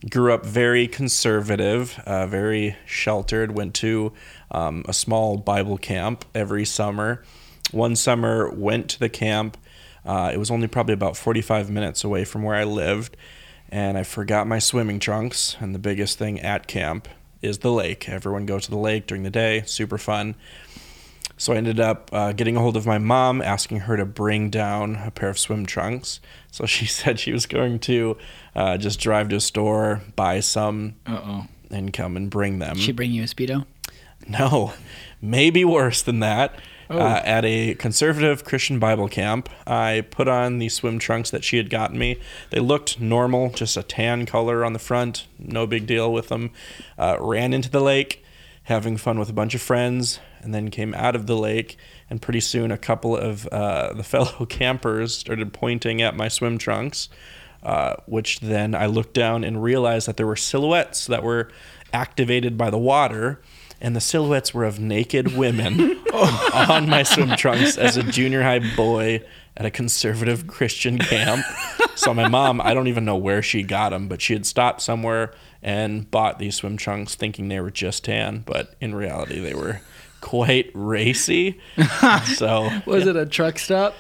S1: Grew up very conservative, uh, very sheltered. Went to um, a small Bible camp every summer. One summer, went to the camp. Uh, it was only probably about 45 minutes away from where I lived. And I forgot my swimming trunks. And the biggest thing at camp is the lake. Everyone goes to the lake during the day, super fun. So I ended up uh, getting a hold of my mom, asking her to bring down a pair of swim trunks. So *laughs* she said she was going to uh, just drive to a store, buy some,
S3: Uh oh.
S1: and come and bring them.
S2: She bring you a speedo?
S1: *laughs* No, maybe worse than that. Uh, at a conservative Christian Bible camp, I put on the swim trunks that she had gotten me. They looked normal, just a tan color on the front, no big deal with them. Uh, ran into the lake, having fun with a bunch of friends, and then came out of the lake. And pretty soon, a couple of uh, the *laughs* fellow campers started pointing at my swim trunks uh, which then I looked down and realized that there were silhouettes that were activated by the water, and the silhouettes were of naked women on my swim trunks as a junior high boy at a conservative Christian camp. So my mom, I don't even know where she got them, but she had stopped somewhere and bought these swim trunks thinking they were just tan, but in reality they were quite racy. So
S2: Was it a truck stop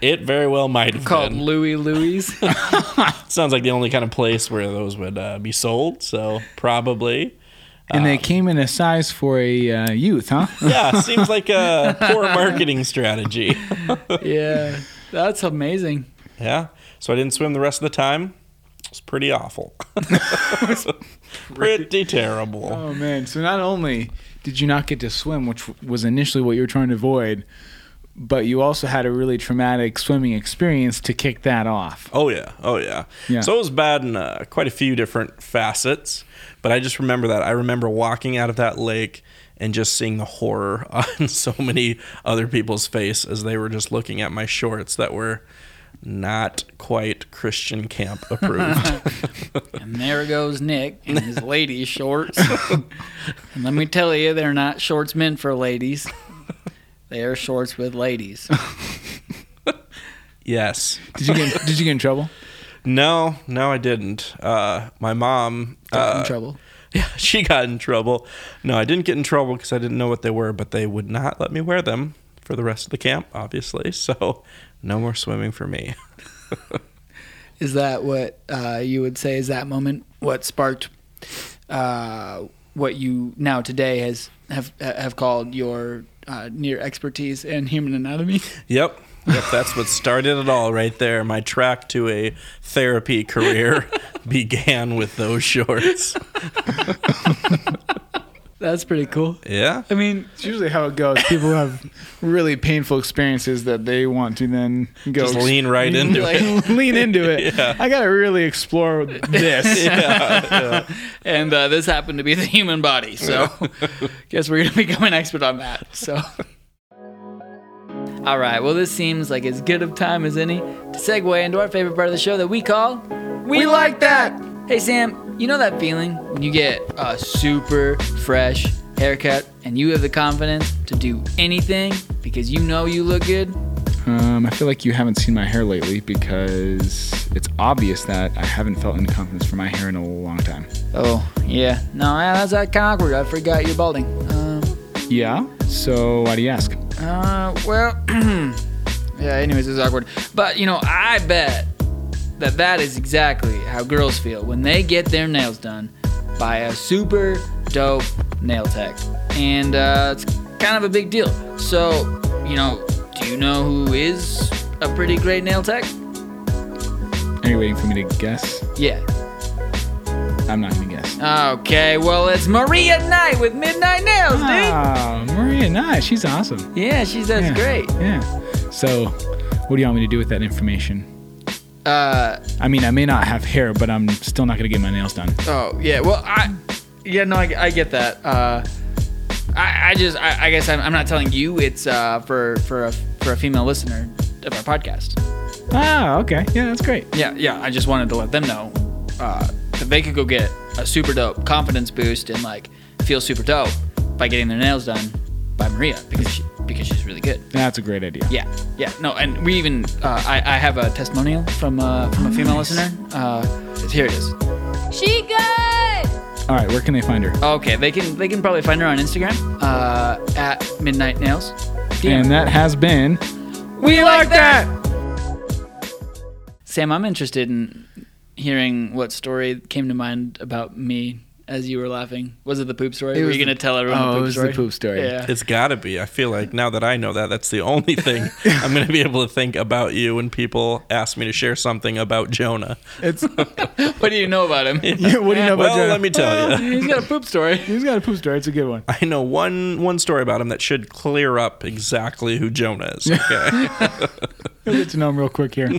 S1: it very well might have
S2: called
S1: been.
S2: Louis
S1: *laughs*
S2: Louis?
S1: Sounds like the only kind of place where those would uh, be sold. So probably,
S3: And
S2: Uh,
S3: they came in a size for a uh, youth,
S2: *laughs*
S3: huh?
S1: yeah, seems like a poor marketing strategy.
S2: *laughs*
S1: *laughs*
S2: yeah, that's amazing.
S1: yeah, so I didn't swim the rest of the time. It's pretty awful. *laughs* pretty terrible.
S3: Oh man! So not only did you not get to swim, which w- was initially what you were trying to avoid, but you also had a really traumatic swimming experience to kick that off.
S1: Oh yeah, oh yeah.
S3: Yeah.
S1: So it was bad in uh, quite a few different facets, but I just remember that. I remember walking out of that lake and just seeing the horror *laughs* on so many other people's face as they were just looking at my shorts that were not quite Christian camp approved.
S2: And there goes Nick in *laughs* his lady shorts. and let me tell you, they're not shorts meant for ladies. They are shorts with *laughs* ladies.
S1: yes.
S3: Did you get? did you get in trouble?
S1: No, no, I didn't. Uh, my mom.
S2: Got
S1: uh,
S2: in trouble.
S1: Yeah, *laughs* she got in trouble. No, I didn't get in trouble because I didn't know what they were, but they would not let me wear them for the rest of the camp, obviously. *laughs* So, no more swimming for me. *laughs*
S2: Is that what uh, you would say is that moment what sparked uh, what you now today has have uh, have called your uh, near expertise in human anatomy? *laughs*
S1: Yep. Yep, that's what started it all right there. My track to a therapy *laughs*
S3: *laughs*
S1: career began with those shorts.
S2: That's pretty cool.
S1: Yeah.
S2: I mean,
S3: *laughs* It's usually how it *laughs* goes. People have really painful experiences that they want to then go
S1: Just lean right into
S2: like-
S1: it.
S3: *laughs* lean
S1: *laughs*
S3: into it. I gotta really explore this.
S2: and uh, this happened to be *laughs* the human body,
S3: *laughs*
S2: so guess we're gonna become an expert on that. So. All right. Well, this seems like as good of time as any to segue into our favorite part of the show that we call
S3: we like that.
S2: Hey Sam, you know that feeling when you get a super fresh haircut and you have the confidence to do anything because you know you look good?
S3: Um, I feel like you haven't seen my hair lately because it's obvious that I haven't felt any confidence for my hair in a long time.
S2: Oh, yeah. No, yeah, that's that kind of awkward. I forgot you're balding. Uh,
S3: Yeah. So why do you ask?
S2: uh, well, *clears throat* yeah, anyways, it's awkward. But, you know, I bet that that is exactly how girls feel when they get their nails done by a super dope nail tech. And uh, it's kind of a big deal. So, you know, do you know who is a pretty great nail tech?
S3: Are you waiting for me to guess?
S2: Yeah.
S3: I'm not gonna guess.
S2: Okay, well, it's Maria Knight with Midnight Nails, dude.
S3: Ah, Maria, nice. She's awesome.
S2: Yeah, she does
S3: yeah.
S2: great.
S3: Yeah. So, what do you want me to do with that information?
S2: Uh,
S3: I mean, I may not have hair, but I'm still not gonna get my nails done.
S2: oh, yeah, well, I, yeah, no, I, I get that. Uh, I, I just, I, I guess I'm, I'm not telling you it's uh, for, for, a, for a female listener of our podcast.
S3: Ah, okay. Yeah, that's great.
S2: Yeah, yeah. I just wanted to let them know uh, that they could go get a super dope confidence boost and like feel super dope by getting their nails done by Maria because she because she's really good.
S3: That's a great idea.
S2: Yeah, yeah. No, and we even uh, I I have a testimonial from uh, from a female listener. Uh, here it is.
S4: She good!
S3: All right, where can they find her?
S2: Okay, they can they can probably find her on Instagram uh, at Midnight Nails. DM.
S3: And that has been.
S2: we like that. Sam, I'm interested in hearing what story came to mind about me as you were laughing. Was it the poop story?
S3: It
S2: were
S3: was
S2: you going to
S3: the-
S2: tell everyone
S3: oh,
S2: the
S3: it
S2: poop
S3: was the
S2: story?
S3: poop story.
S2: Yeah.
S1: It's got to be. I feel like now that I know that, that's the only thing I'm going to be able to think about you when people ask me to share something about
S3: *laughs*
S1: Jonah.
S3: It's. what
S2: what do you know about
S3: *laughs*
S2: him?
S3: do you know about
S1: Well,
S3: Jonah?
S1: let me tell you.
S2: He's got a poop story.
S3: He's got a poop story. It's a good one.
S1: *laughs* I know one one story about him that should clear up exactly who Jonah
S2: *laughs*
S1: is. Okay.
S3: You'll get to know him real quick here.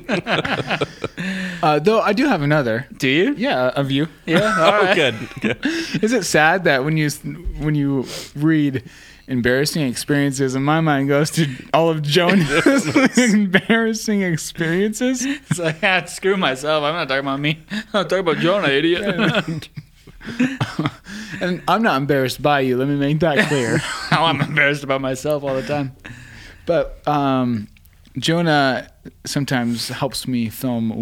S3: uh, though I do have another.
S2: Do you?
S3: Yeah, of you. *laughs*
S2: Yeah.
S1: *laughs*
S2: All
S1: oh,
S2: right.
S1: good. good.
S3: Is it sad that when you when you read embarrassing experiences, and my mind goes to all of Jonah's *laughs* embarrassing experiences?
S2: It's like, ah, screw myself. I'm not talking about me. *laughs* I'm talking about Jonah, idiot.
S3: *laughs*
S2: *laughs*
S3: And I'm not embarrassed by you. Let me make that clear.
S2: How I'm embarrassed about myself all the time.
S3: But um, Jonah sometimes helps me film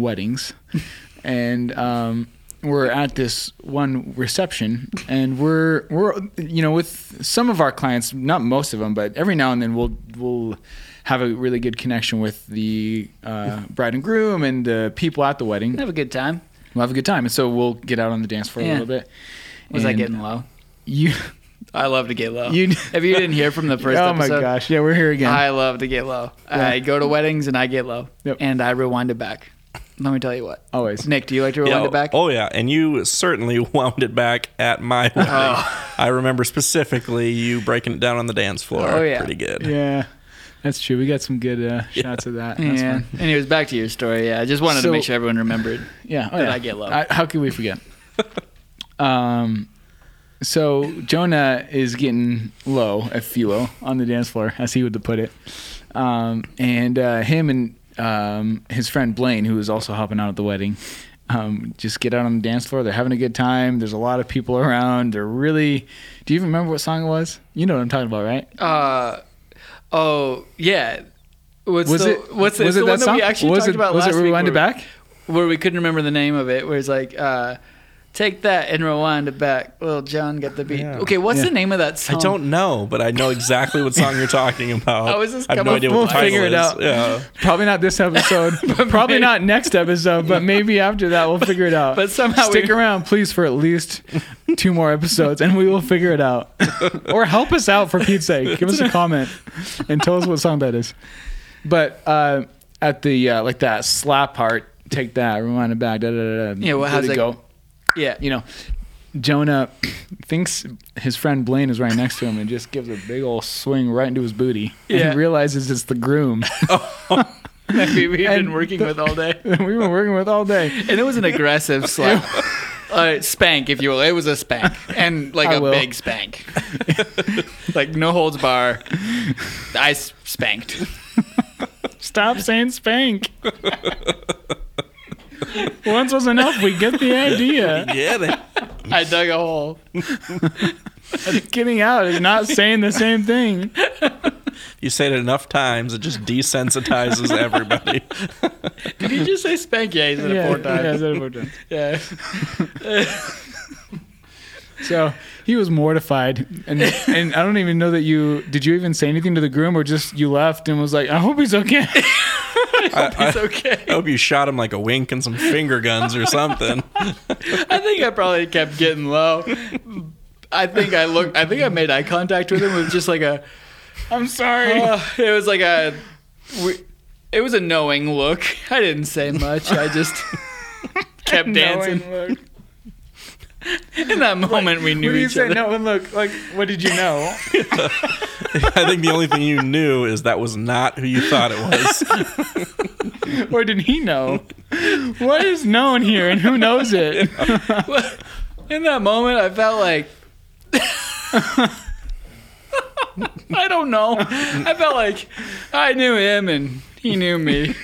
S2: *laughs*
S3: weddings, and um, we're at this one reception, and we're we're you know with some of our clients, not most of them, but every now and then we'll we'll have a really good connection with the
S2: *laughs*
S3: uh, bride and groom and the people at the wedding.
S2: Have a good time.
S3: We'll have a good time, and so we'll get out on the dance floor
S2: Yeah.
S3: a little bit.
S2: Was I
S3: And
S2: getting low?
S3: you?
S2: I love to get low.
S3: You-
S2: if you didn't hear
S3: *laughs*
S2: from the *laughs* first
S3: oh
S2: episode,
S3: my gosh! Yeah, we're here again.
S2: I love to get low. I go to weddings and I get low,
S3: Yep.
S2: and I rewind it back. Let me tell you what.
S3: Always.
S2: Nick, do you like to rewind
S1: Yeah,
S2: it back?
S1: Oh yeah, and you certainly *laughs* wound it back at my
S2: Oh.
S1: wedding. I remember specifically you breaking it down on the dance floor.
S2: Oh, *laughs* yeah.
S1: pretty good.
S3: Yeah, that's true. We got some good uh, shots of that. That's
S2: yeah.
S3: fun.
S2: Anyways, back to your story. Yeah, I just wanted to
S3: So-
S2: make sure everyone remembered.
S3: Yeah. Oh,
S2: That
S3: yeah.
S2: I get love.
S3: I- how could
S2: *laughs*
S3: we forget? um, so Jonah is getting low at Philo on the dance floor, as he would put it. Um, and uh, him and um, his friend Blaine, who was also helping out at the wedding, um, just get out on the dance floor. They're having a good time. There's a lot of people around. They're really. Do you even remember what song it was? You know what I'm talking about, right?
S2: Uh, oh yeah. What's
S3: was
S2: the,
S3: it?
S2: What's the, it's
S3: was it
S2: the
S3: that
S2: one
S3: song?
S2: that we actually
S3: was
S2: talked
S3: it,
S2: about
S3: was
S2: last
S3: it
S2: week
S3: Rewind
S2: where-
S3: It Back?
S2: where we couldn't remember the name of it. Where it's like, uh, take that and rewind it back. Little John got the beat.
S1: Yeah.
S2: Okay, what's
S3: Yeah.
S2: the name of that
S1: I
S2: song?
S1: don't know, but I know exactly what song you're
S2: *laughs*
S1: talking about.
S2: I was just
S1: I have
S2: coming
S1: no
S2: up-
S1: idea
S3: we'll
S1: what the title
S3: figure it
S1: is.
S3: out.
S1: Yeah.
S3: Probably not
S2: *laughs*
S3: this episode. probably
S2: maybe-
S3: not next episode, but maybe after that we'll figure it out.
S2: but somehow
S3: stick
S2: we-
S3: around, please, for at least two more episodes, and we will figure it out. or help us out for Pete's sake. Give us a comment and tell us what song that is. But uh, at the uh, like that slap part, take that, rewind it back. Da, da, da, da,
S2: Yeah, well,
S3: let
S2: how's
S3: it
S2: that-
S3: go?
S2: Yeah.
S3: You know, Jonah thinks his friend Blaine is right next to him and just gives a big old swing right into his booty.
S2: Yeah. Oh.
S3: And he realizes it's the groom *laughs*
S2: that we- *laughs* we've been
S3: And
S2: working with all
S3: *laughs*
S2: day.
S3: that we were working with all day.
S2: And it was an aggressive slap. *laughs* Uh, spank, if you will. It was a spank, and like
S3: I
S2: a
S3: will.
S2: big spank, *laughs* like no holds bar. I s- spanked.
S3: Stop saying spank. Once was enough. We get the idea.
S1: *laughs* Yeah, they,
S2: I dug a hole.
S3: Getting out is not saying the same thing.
S1: you say it enough times, it just desensitizes
S2: *laughs*
S1: everybody.
S2: Did you just say spank? Yeah, he said it four
S3: yeah, I
S2: times.
S3: said it four times.
S2: Yeah.
S3: So he was mortified, and and I don't even know that you did. You even say anything to the groom, or just you left and was like, "I hope he's okay." *laughs*
S2: *laughs* it's okay.
S1: I hope you shot him like a wink and some finger guns or
S2: *laughs*
S1: something.
S2: I think I probably kept getting low. I think I looked. I think I made eye contact with him with just like a.
S3: I'm sorry.
S2: Uh, it was like a. We, it was a knowing look. I didn't say much. I just kept dancing.
S3: Look.
S2: *laughs* In that moment, we knew
S3: What do you
S2: each
S3: say?
S2: other.
S3: No one look. Like, what did you know? *laughs*
S1: I think the only thing you knew is that was not who you thought it was.
S3: or did he know? What is known here, and who knows
S2: *laughs*
S3: it?
S2: In that moment, I felt like. I don't know. I felt like I knew him and he knew me.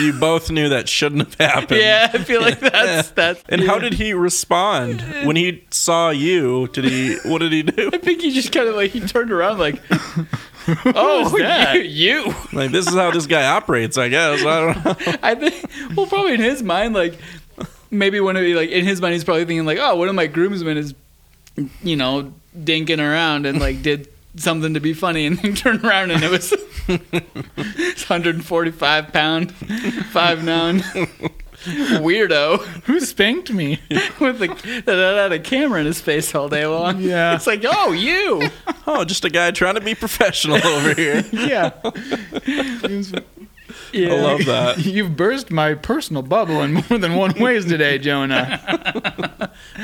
S1: You both knew that shouldn't have happened.
S2: *laughs* Yeah, I feel like that's that's.
S1: And how did he respond when he saw you? Did he? What did he do?
S2: I think he just kind of like he turned around
S1: *laughs*
S2: like, oh,
S3: that?"
S2: you, you.
S1: Like this is how this guy operates, I guess. I don't know.
S2: *laughs* I think well, probably in his mind, like maybe one of the like in his mind, he's probably thinking like, oh, one of my groomsmen is, you know, dinking around and like did something to be funny, and *laughs* then turned around and it was *laughs* 145 pound, five nine *laughs* weirdo *laughs*
S3: Who spanked me?
S2: with the that had a camera in his face all day long.
S3: Yeah.
S2: it's like, oh, you.
S1: Oh, just a guy trying to be professional over here.
S3: Yeah.
S2: Yeah.
S1: I love that.
S3: *laughs* You've burst my personal bubble in more than one ways today, Jonah.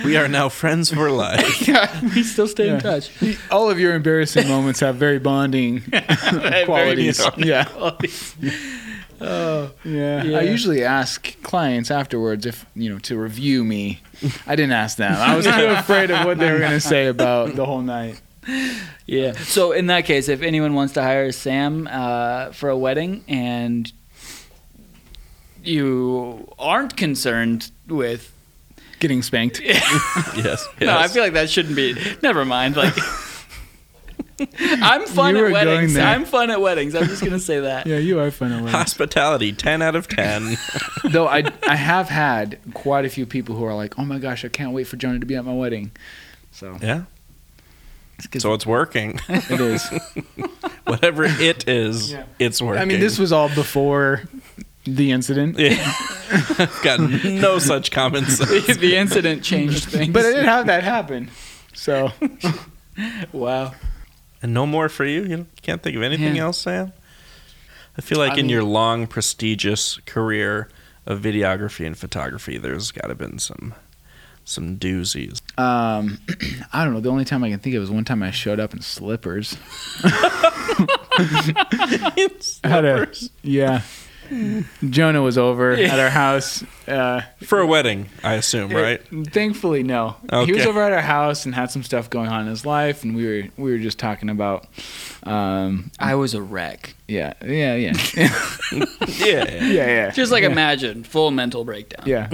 S1: We are now friends for life.
S2: we still stay in touch.
S3: All of your embarrassing moments have
S1: *laughs*
S3: very bonding *laughs* qualities. yeah. *laughs* yeah.
S2: Yeah.
S3: I usually ask clients afterwards if, you know, to review me. I didn't ask them. I was too afraid of what they were going to say about the whole night.
S2: Yeah. So in that case, if anyone wants to hire Sam uh, for a wedding and you aren't concerned with,
S3: Getting spanked.
S1: Yes.
S2: *laughs* no, I
S1: yes.
S2: feel like that shouldn't be. Never mind.
S3: *laughs*
S2: Like, I'm fun
S3: You
S2: at
S3: were going
S2: weddings.
S3: there.
S2: I'm fun at weddings. I'm just gonna say that.
S3: *laughs* Yeah, you are fun away.
S1: Hospitality, ten out of ten.
S3: Though I, I have had quite a few people who are like, oh my gosh, I can't wait for Jonah to be at my wedding. So
S1: Yeah. So it's
S2: *laughs*
S1: working.
S3: it is.
S1: Whatever it is,
S3: Yeah.
S1: it's working.
S3: *laughs* I mean, this was all before the incident,
S1: Yeah. *laughs* I've got no such common sense.
S2: *laughs* the incident
S3: *laughs*
S2: changed things.
S3: but I didn't have that happen. *laughs* So
S2: wow.
S1: And no more for you. You don't- can't think of anything
S2: Yeah.
S1: else, Sam. I feel like
S2: I
S1: in
S2: mean-
S1: your long, prestigious career of videography and photography, there's got to been some some doozies.
S3: um, *clears throat* I don't know. The only time I can think of is one time I showed up in slippers.
S1: *laughs*
S3: I had a- yeah. Jonah was over at our house. Uh,
S1: for a wedding, I assume, right?
S3: Thankfully, no. He was
S1: Okay.
S3: over at our house and had some stuff going on in his life, and we were we were just talking about, um,
S2: I was a wreck.
S3: yeah, yeah, yeah, *laughs* yeah,
S1: Yeah.
S3: *laughs* yeah.
S2: Just like
S3: yeah.
S2: imagine full mental breakdown.
S3: yeah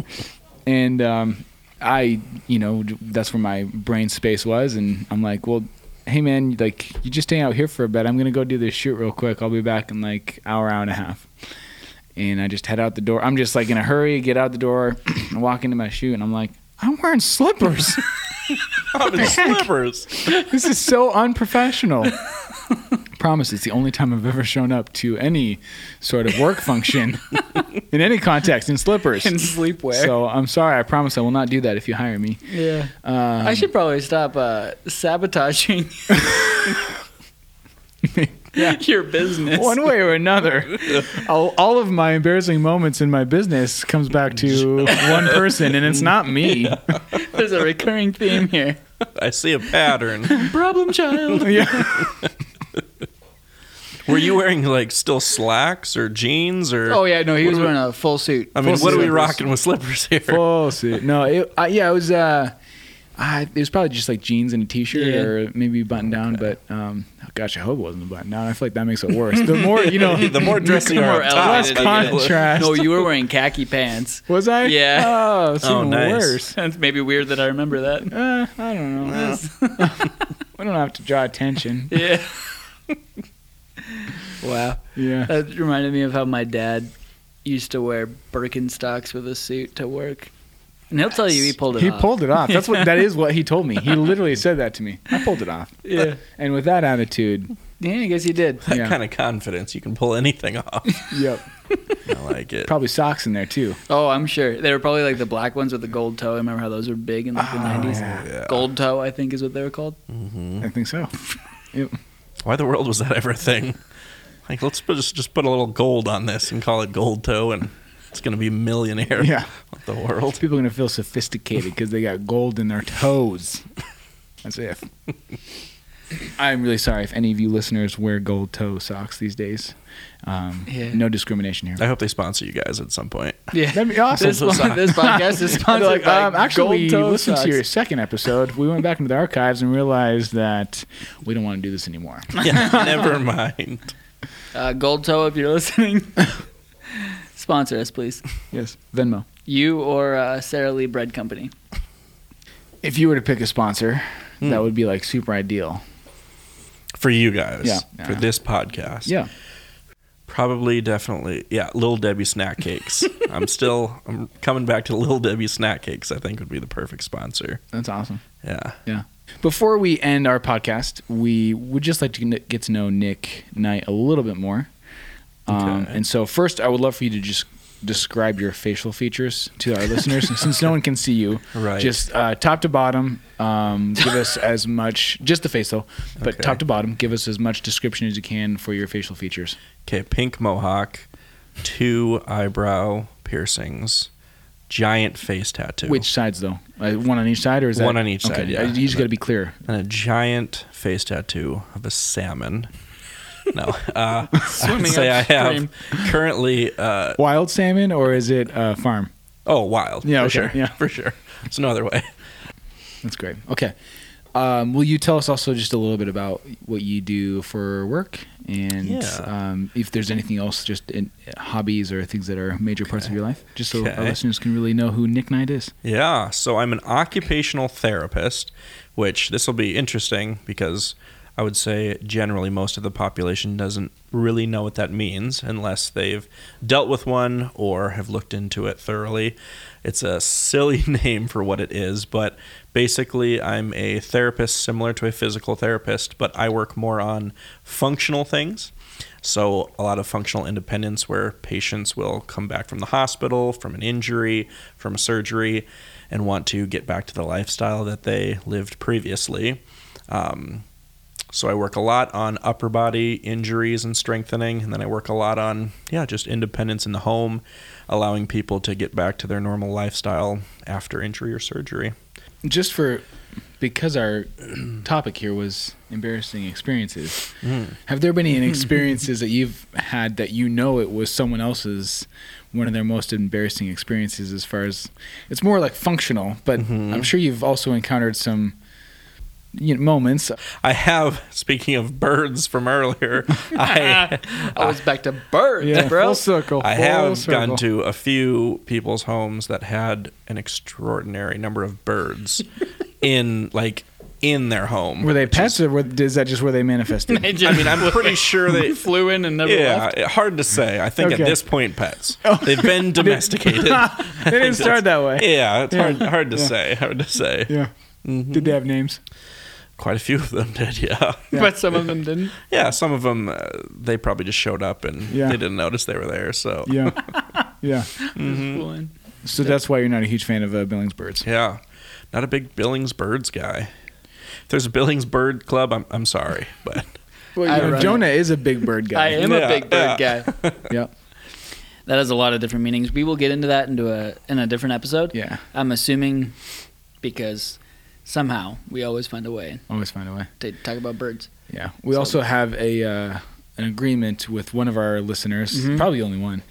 S3: and um, i you know that's where my brain space was and i'm like well hey man like you just stay out here for a bit i'm gonna go do this shoot real quick i'll be back in like hour hour and a half and i just head out the door i'm just like in a hurry get out the door *clears throat* and walk into my shoot and i'm like i'm wearing slippers
S1: *laughs*
S3: *laughs*
S1: I'm in slippers.
S3: this is so unprofessional *laughs* promise it's the only time i've ever shown up to any sort of work function in any context in slippers
S2: *laughs* In sleepwear.
S3: so I'm sorry. I promise I will not do that if you hire me. Uh,
S2: Yeah.
S3: um, *laughs*
S2: I should probably stop uh, sabotaging *laughs* your business.
S3: One way or
S1: *laughs*
S3: another, all, all of my embarrassing moments in my business comes back
S1: *laughs*
S3: to one person, and it's not me.
S2: There's a recurring theme here.
S1: I see a pattern.
S2: Problem child.
S3: *laughs* Yeah.
S1: Were you wearing like still slacks or jeans or?
S2: Oh yeah, no, he was wearing a full suit.
S1: I mean,
S3: full
S1: what are we
S3: slippers.
S1: rocking with slippers here?
S3: Full suit. No, it, I, yeah, it was. Uh, I, it was probably just like jeans and a t-shirt,
S2: Yeah.
S3: or maybe button down. But um, oh, gosh, I hope it wasn't a button down. I feel like that makes it worse. The more you know,
S1: *laughs* the
S3: *laughs*
S1: more dressy
S2: More
S1: or up top,
S2: elevated,
S1: the
S2: yeah.
S3: contrast.
S2: No, you were wearing khaki
S3: *laughs*
S2: pants.
S3: was I?
S2: Yeah.
S3: Oh, it's
S1: Oh,
S3: even
S1: nice.
S3: worse.
S2: That's maybe weird that I remember that.
S3: Uh, I don't know. We don't have to
S2: *laughs*
S3: draw attention.
S2: yeah. wow.
S3: Yeah.
S2: That reminded me of how my dad used to wear Birkenstocks with a suit to work. And he'll tell you he pulled it
S3: He
S2: off.
S3: pulled it off. That's what that is what he told me. He literally said that to me. I pulled it off.
S2: Yeah.
S3: And with
S2: *laughs*
S3: that attitude,
S2: Yeah, I guess he did.
S1: that
S3: Yeah.
S1: kind of confidence, you can pull anything *laughs* off.
S3: yep.
S1: I like it.
S3: Probably socks in there too.
S2: Oh, I'm sure. They were probably like the black ones with the gold toe. I remember how those were big in like the 90s.
S1: Yeah.
S2: Gold toe, I think, is what they were called. Mm-hmm.
S3: I think so. Yep.
S1: Why the world was that ever a thing? Like, let's put, just just put a little gold on this and call it gold toe, and it's gonna be a millionaire.
S3: Yeah.
S1: what the world?
S3: People are gonna feel sophisticated because they got gold in their toes.
S2: *laughs*
S3: That's if. I'm really sorry if any of you listeners wear gold toe socks these days. Um,
S2: Yeah.
S3: No discrimination here.
S1: I hope they sponsor you guys at some
S3: *laughs*
S1: point.
S2: Yeah.
S3: That'd be awesome.
S2: This, one, this
S3: *laughs*
S2: podcast is
S3: And
S2: sponsored
S3: they're like,
S2: by
S3: um, actually,
S2: gold
S3: we
S2: toe
S3: listened to
S2: socks.
S3: your second episode. We went back into the archives and realized that we don't want to do this anymore.
S1: Yeah, never mind.
S2: Uh, Gold Toe, if you're
S3: *laughs*
S2: listening, sponsor us, please.
S3: Yes, Venmo.
S2: You or uh, Sara Lee Bread Company.
S3: If you were to pick a sponsor,
S1: Hmm.
S3: that would be like super ideal.
S1: For you guys,
S3: Yeah.
S1: for this podcast,
S3: Yeah,
S1: probably, definitely, yeah. Little Debbie snack
S3: *laughs*
S1: cakes. I'm still, I'm coming back to Little Debbie snack cakes. I think would be the perfect sponsor.
S3: that's awesome.
S1: Yeah.
S3: Yeah. Before we end our podcast, we would just like to kn- get to know Nick Knight a little bit more. Um,
S1: Okay.
S3: And so, first, I would love for you to just describe your facial features to our *laughs* listeners, since no one can see you.
S1: Right.
S3: Just uh, top to bottom, um, give
S1: *laughs*
S3: us as much, just the face though, but
S1: Okay.
S3: top to bottom, give us as much description as you can for your facial features.
S1: Okay, pink mohawk, two eyebrow piercings, giant face tattoo,
S3: Which sides though? Uh, one on each side, or is that
S1: One on each
S3: okay.
S1: side, yeah.
S3: Uh, You just got to be clear.
S1: and a giant face tattoo of a salmon. No,
S3: *laughs*
S1: uh, I would
S2: Swimming
S1: say I have
S2: upstream.
S1: currently. Uh,
S3: Wild salmon, or is it uh, farm?
S1: oh, wild.
S3: Yeah,
S1: for
S3: okay,
S1: sure.
S3: yeah.
S1: for sure. It's no other way.
S3: That's great. Okay. Um, will you tell us also just a little bit about what you do for work and
S1: Yeah.
S3: um, if there's anything else, just in hobbies or things that are major parts of your life, just so our
S1: Okay.
S3: listeners can really know who Nick Knight is?
S1: Yeah, so I'm an occupational therapist, which this will be interesting because I would say generally most of the population doesn't really know what that means unless they've dealt with one or have looked into it thoroughly. It's a silly *laughs* name for what it is, but basically, I'm a therapist similar to a physical therapist, but I work more on functional things. So, a lot of functional independence where patients will come back from the hospital, from an injury, from a surgery, and want to get back to the lifestyle that they lived previously. Um, so, I work a lot on upper body injuries and strengthening, and then I work a lot on, yeah, just independence in the home, allowing people to get back to their normal lifestyle after injury or surgery.
S3: Just for because our *clears throat* topic here was embarrassing experiences, have there been *laughs* any experiences that you've had that you know it was someone else's? One of their most embarrassing experiences, as far as it's more like functional, but I'm sure you've also encountered some you know, moments
S1: I have, *laughs* speaking of birds from
S3: *laughs*
S1: earlier, I,
S2: I was back to birds, bro.
S3: full circle.
S1: I
S3: full
S1: have
S3: circle.
S1: gone to a few people's homes that had an extraordinary number of
S3: *laughs*
S1: birds in like in their home.
S3: Were they pets, or were, is that just where they manifested?
S1: *laughs*
S2: They
S1: I
S2: just
S1: mean, I'm
S3: *laughs*
S1: pretty sure they.
S2: *laughs* flew in and never
S1: Yeah,
S2: left.
S1: hard to say. I think
S3: Okay. Oh.
S1: at this point,
S3: *laughs*
S1: pets. They've been domesticated.
S3: they didn't start
S1: *laughs*
S3: that way.
S1: yeah, it's hard,
S3: Yeah.
S1: hard to
S3: Yeah.
S1: say. Hard to say.
S3: Yeah. Did they have names?
S1: Quite a few of them *laughs* did. Yeah.
S2: But some of them didn't.
S1: Yeah, some of them uh, they probably just showed up and
S3: Yeah.
S1: they didn't notice they were there. So
S3: *laughs* Yeah. yeah.
S1: Mm-hmm.
S2: Just flew in.
S3: So that's why you're not a huge fan of uh, Billings Birds.
S1: Yeah. Not
S3: *laughs*
S1: a big Billings Birds guy. If there's a Billings Bird Club, I'm, I'm sorry, but
S2: Well,
S3: I
S2: you
S3: know,
S2: run it.
S3: Jonah is a big bird
S1: *laughs*
S2: I
S3: guy.
S2: am
S1: Yeah,
S2: a big bird guy.
S3: yeah.
S2: That has a lot of different meanings. We will get into that into a in a different episode.
S3: Yeah.
S2: I'm assuming because somehow we always find a way
S3: Always find a way.
S2: to talk about birds.
S3: Yeah. We also have a uh, an agreement with one of our listeners, probably the only one,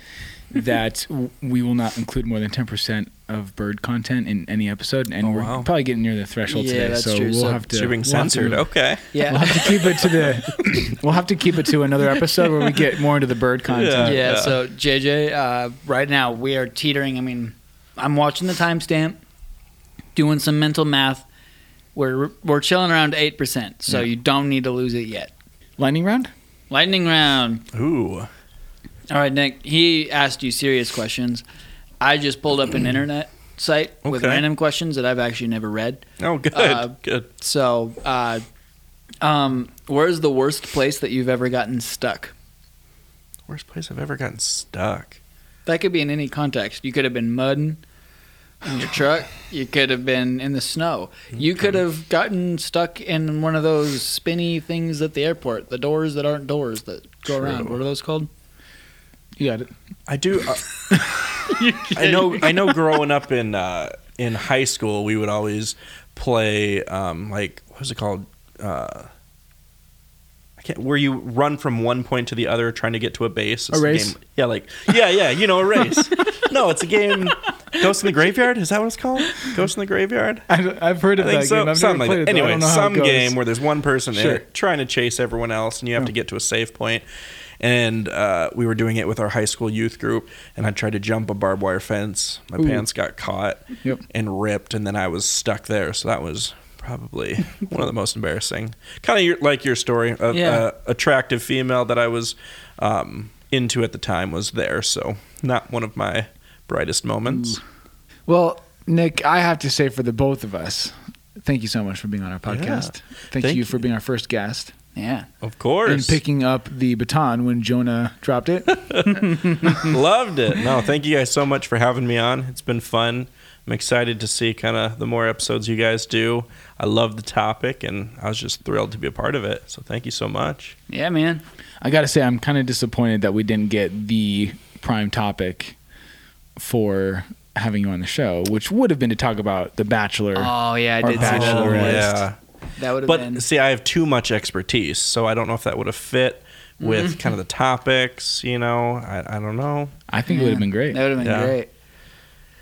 S3: that w- we will not include more than ten percent of bird content in any episode, and
S1: Oh,
S3: we're
S1: wow.
S3: probably getting near the threshold
S2: Yeah,
S3: today.
S2: that's
S3: so
S2: true.
S3: we'll
S2: So-
S3: have to.
S1: So you're being
S3: we'll have to-
S1: censored. Okay.
S3: *laughs* We'll
S2: Yeah.
S3: have to keep it
S1: *laughs*
S3: to the. we'll have to keep it to another episode where we get more into the bird
S1: Yeah.
S3: content.
S2: yeah, so JJ, uh, right now we are teetering. I mean, I'm watching the timestamp, doing some mental math. We're we're chilling around 8%, so you don't need to lose it yet.
S3: Lightning round.
S2: Lightning round.
S1: Ooh.
S2: All right, Nick. He asked you serious questions. I just pulled up *clears throat* an internet site with
S1: Okay.
S2: random questions that I've actually never read.
S1: Oh, good.
S2: Uh,
S1: good.
S2: So, uh, um, where's the worst place that you've ever gotten stuck?
S1: Worst place I've ever gotten stuck.
S2: That could be in any context. You could have been mudding in
S1: *sighs*
S2: your truck. You could have been in the snow. You could have gotten stuck in one of those spinny things at the airport. The doors that aren't doors that go around.
S1: True.
S2: What are those called?
S3: You got it.
S1: I do. Uh, I know. I know. Growing up in uh, in high school, we would always play um, like what was it called? Uh, I can't. Where you run from one point to the other, trying to get to a base. It's
S3: A race?
S1: Game. Yeah, like yeah, yeah. You know, a
S3: *laughs*
S1: race. no, it's a game. Ghost in the Graveyard. Is that what it's called? Ghost in the Graveyard.
S3: I, I've heard
S1: I
S3: of
S1: think
S3: that
S1: so.
S3: game. I've
S1: something
S3: never played
S1: like that.
S3: it. though. I
S1: Anyway,
S3: don't know how it
S1: some
S3: goes.
S1: game where there's one person
S3: Sure.
S1: there trying to chase everyone else, and you have to get to a safe point. And uh, we were doing it with our high school youth group, and I tried to jump a barbed wire fence. My pants got caught
S3: Yep.
S1: and ripped, and then I was stuck there. So that was probably *laughs* one of the most embarrassing. Kind of your, like your story. A,
S2: Yeah.
S1: a attractive female that I was um, into at the time was there, so not one of my brightest moments.
S3: Well, Nick, I have to say for the both of us, thank you so much for being on our podcast. Thank,
S1: Thank
S3: you for being our first guest
S2: Yeah.
S1: Of course,
S3: and picking up the baton when Jonah dropped *laughs* it.
S1: Loved it. No, thank you guys so much for having me on. It's been fun. I'm excited to see kind of the more episodes you guys do. I love the topic and I was just thrilled to be a part of it. So thank you so much.
S2: Yeah, man.
S3: I got to say, I'm kind of disappointed that we didn't get the prime topic for having you on the show, which would have been to talk about The Bachelor.
S2: Oh, yeah, I
S3: Our
S2: did see that.
S3: bachelor. Bachelorette.
S1: yeah.
S2: That would have
S1: But
S2: been.
S1: see, I have too much expertise, so I don't know if that would have fit with
S2: Mm-hmm.
S1: kind of the topics, you know. I, I don't know.
S3: I think it would have been great.
S2: That would have been
S1: Yeah.
S2: great.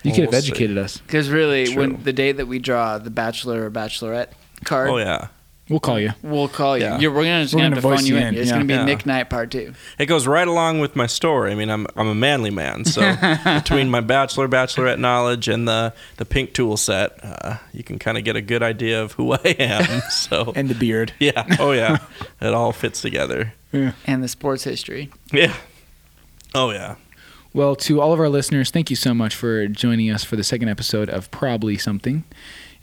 S3: you could have
S1: We'll see.
S3: educated us.
S2: Because really,
S1: True.
S2: when the day that we draw the bachelor or bachelorette card,
S1: Oh yeah.
S3: We'll call you.
S2: we'll call you.
S1: Yeah.
S2: You're, we're gonna just
S3: We're
S2: gonna,
S3: gonna
S2: have to phone
S3: voice
S2: you
S3: you
S2: in.
S3: in,
S2: It's
S3: yeah.
S2: gonna be
S1: Yeah.
S2: Nick Night Part Two.
S1: It goes right along with my story. I mean, I'm I'm a manly man, so between my bachelor bachelorette knowledge and the the pink tool set, uh, you can kind of get a good idea of who I am. *laughs* So
S3: And the beard.
S1: yeah, oh yeah, it all fits together.
S2: and the sports history.
S1: Yeah, oh yeah.
S3: Well, to all of our listeners, thank you so much for joining us for the second episode of Probably Something.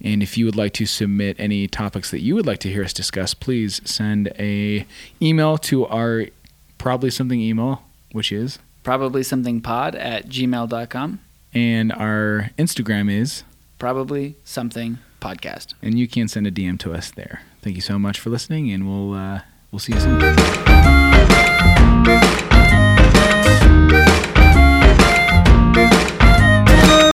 S3: And if you would like to submit any topics that you would like to hear us discuss, please send a email to our Probably Something email, which is,
S2: Probably something pod at gmail.com.
S3: and our Instagram is,
S2: Probably something podcast.
S3: and you can send a DM to us there. Thank you so much for listening, and we'll uh, we'll see you soon.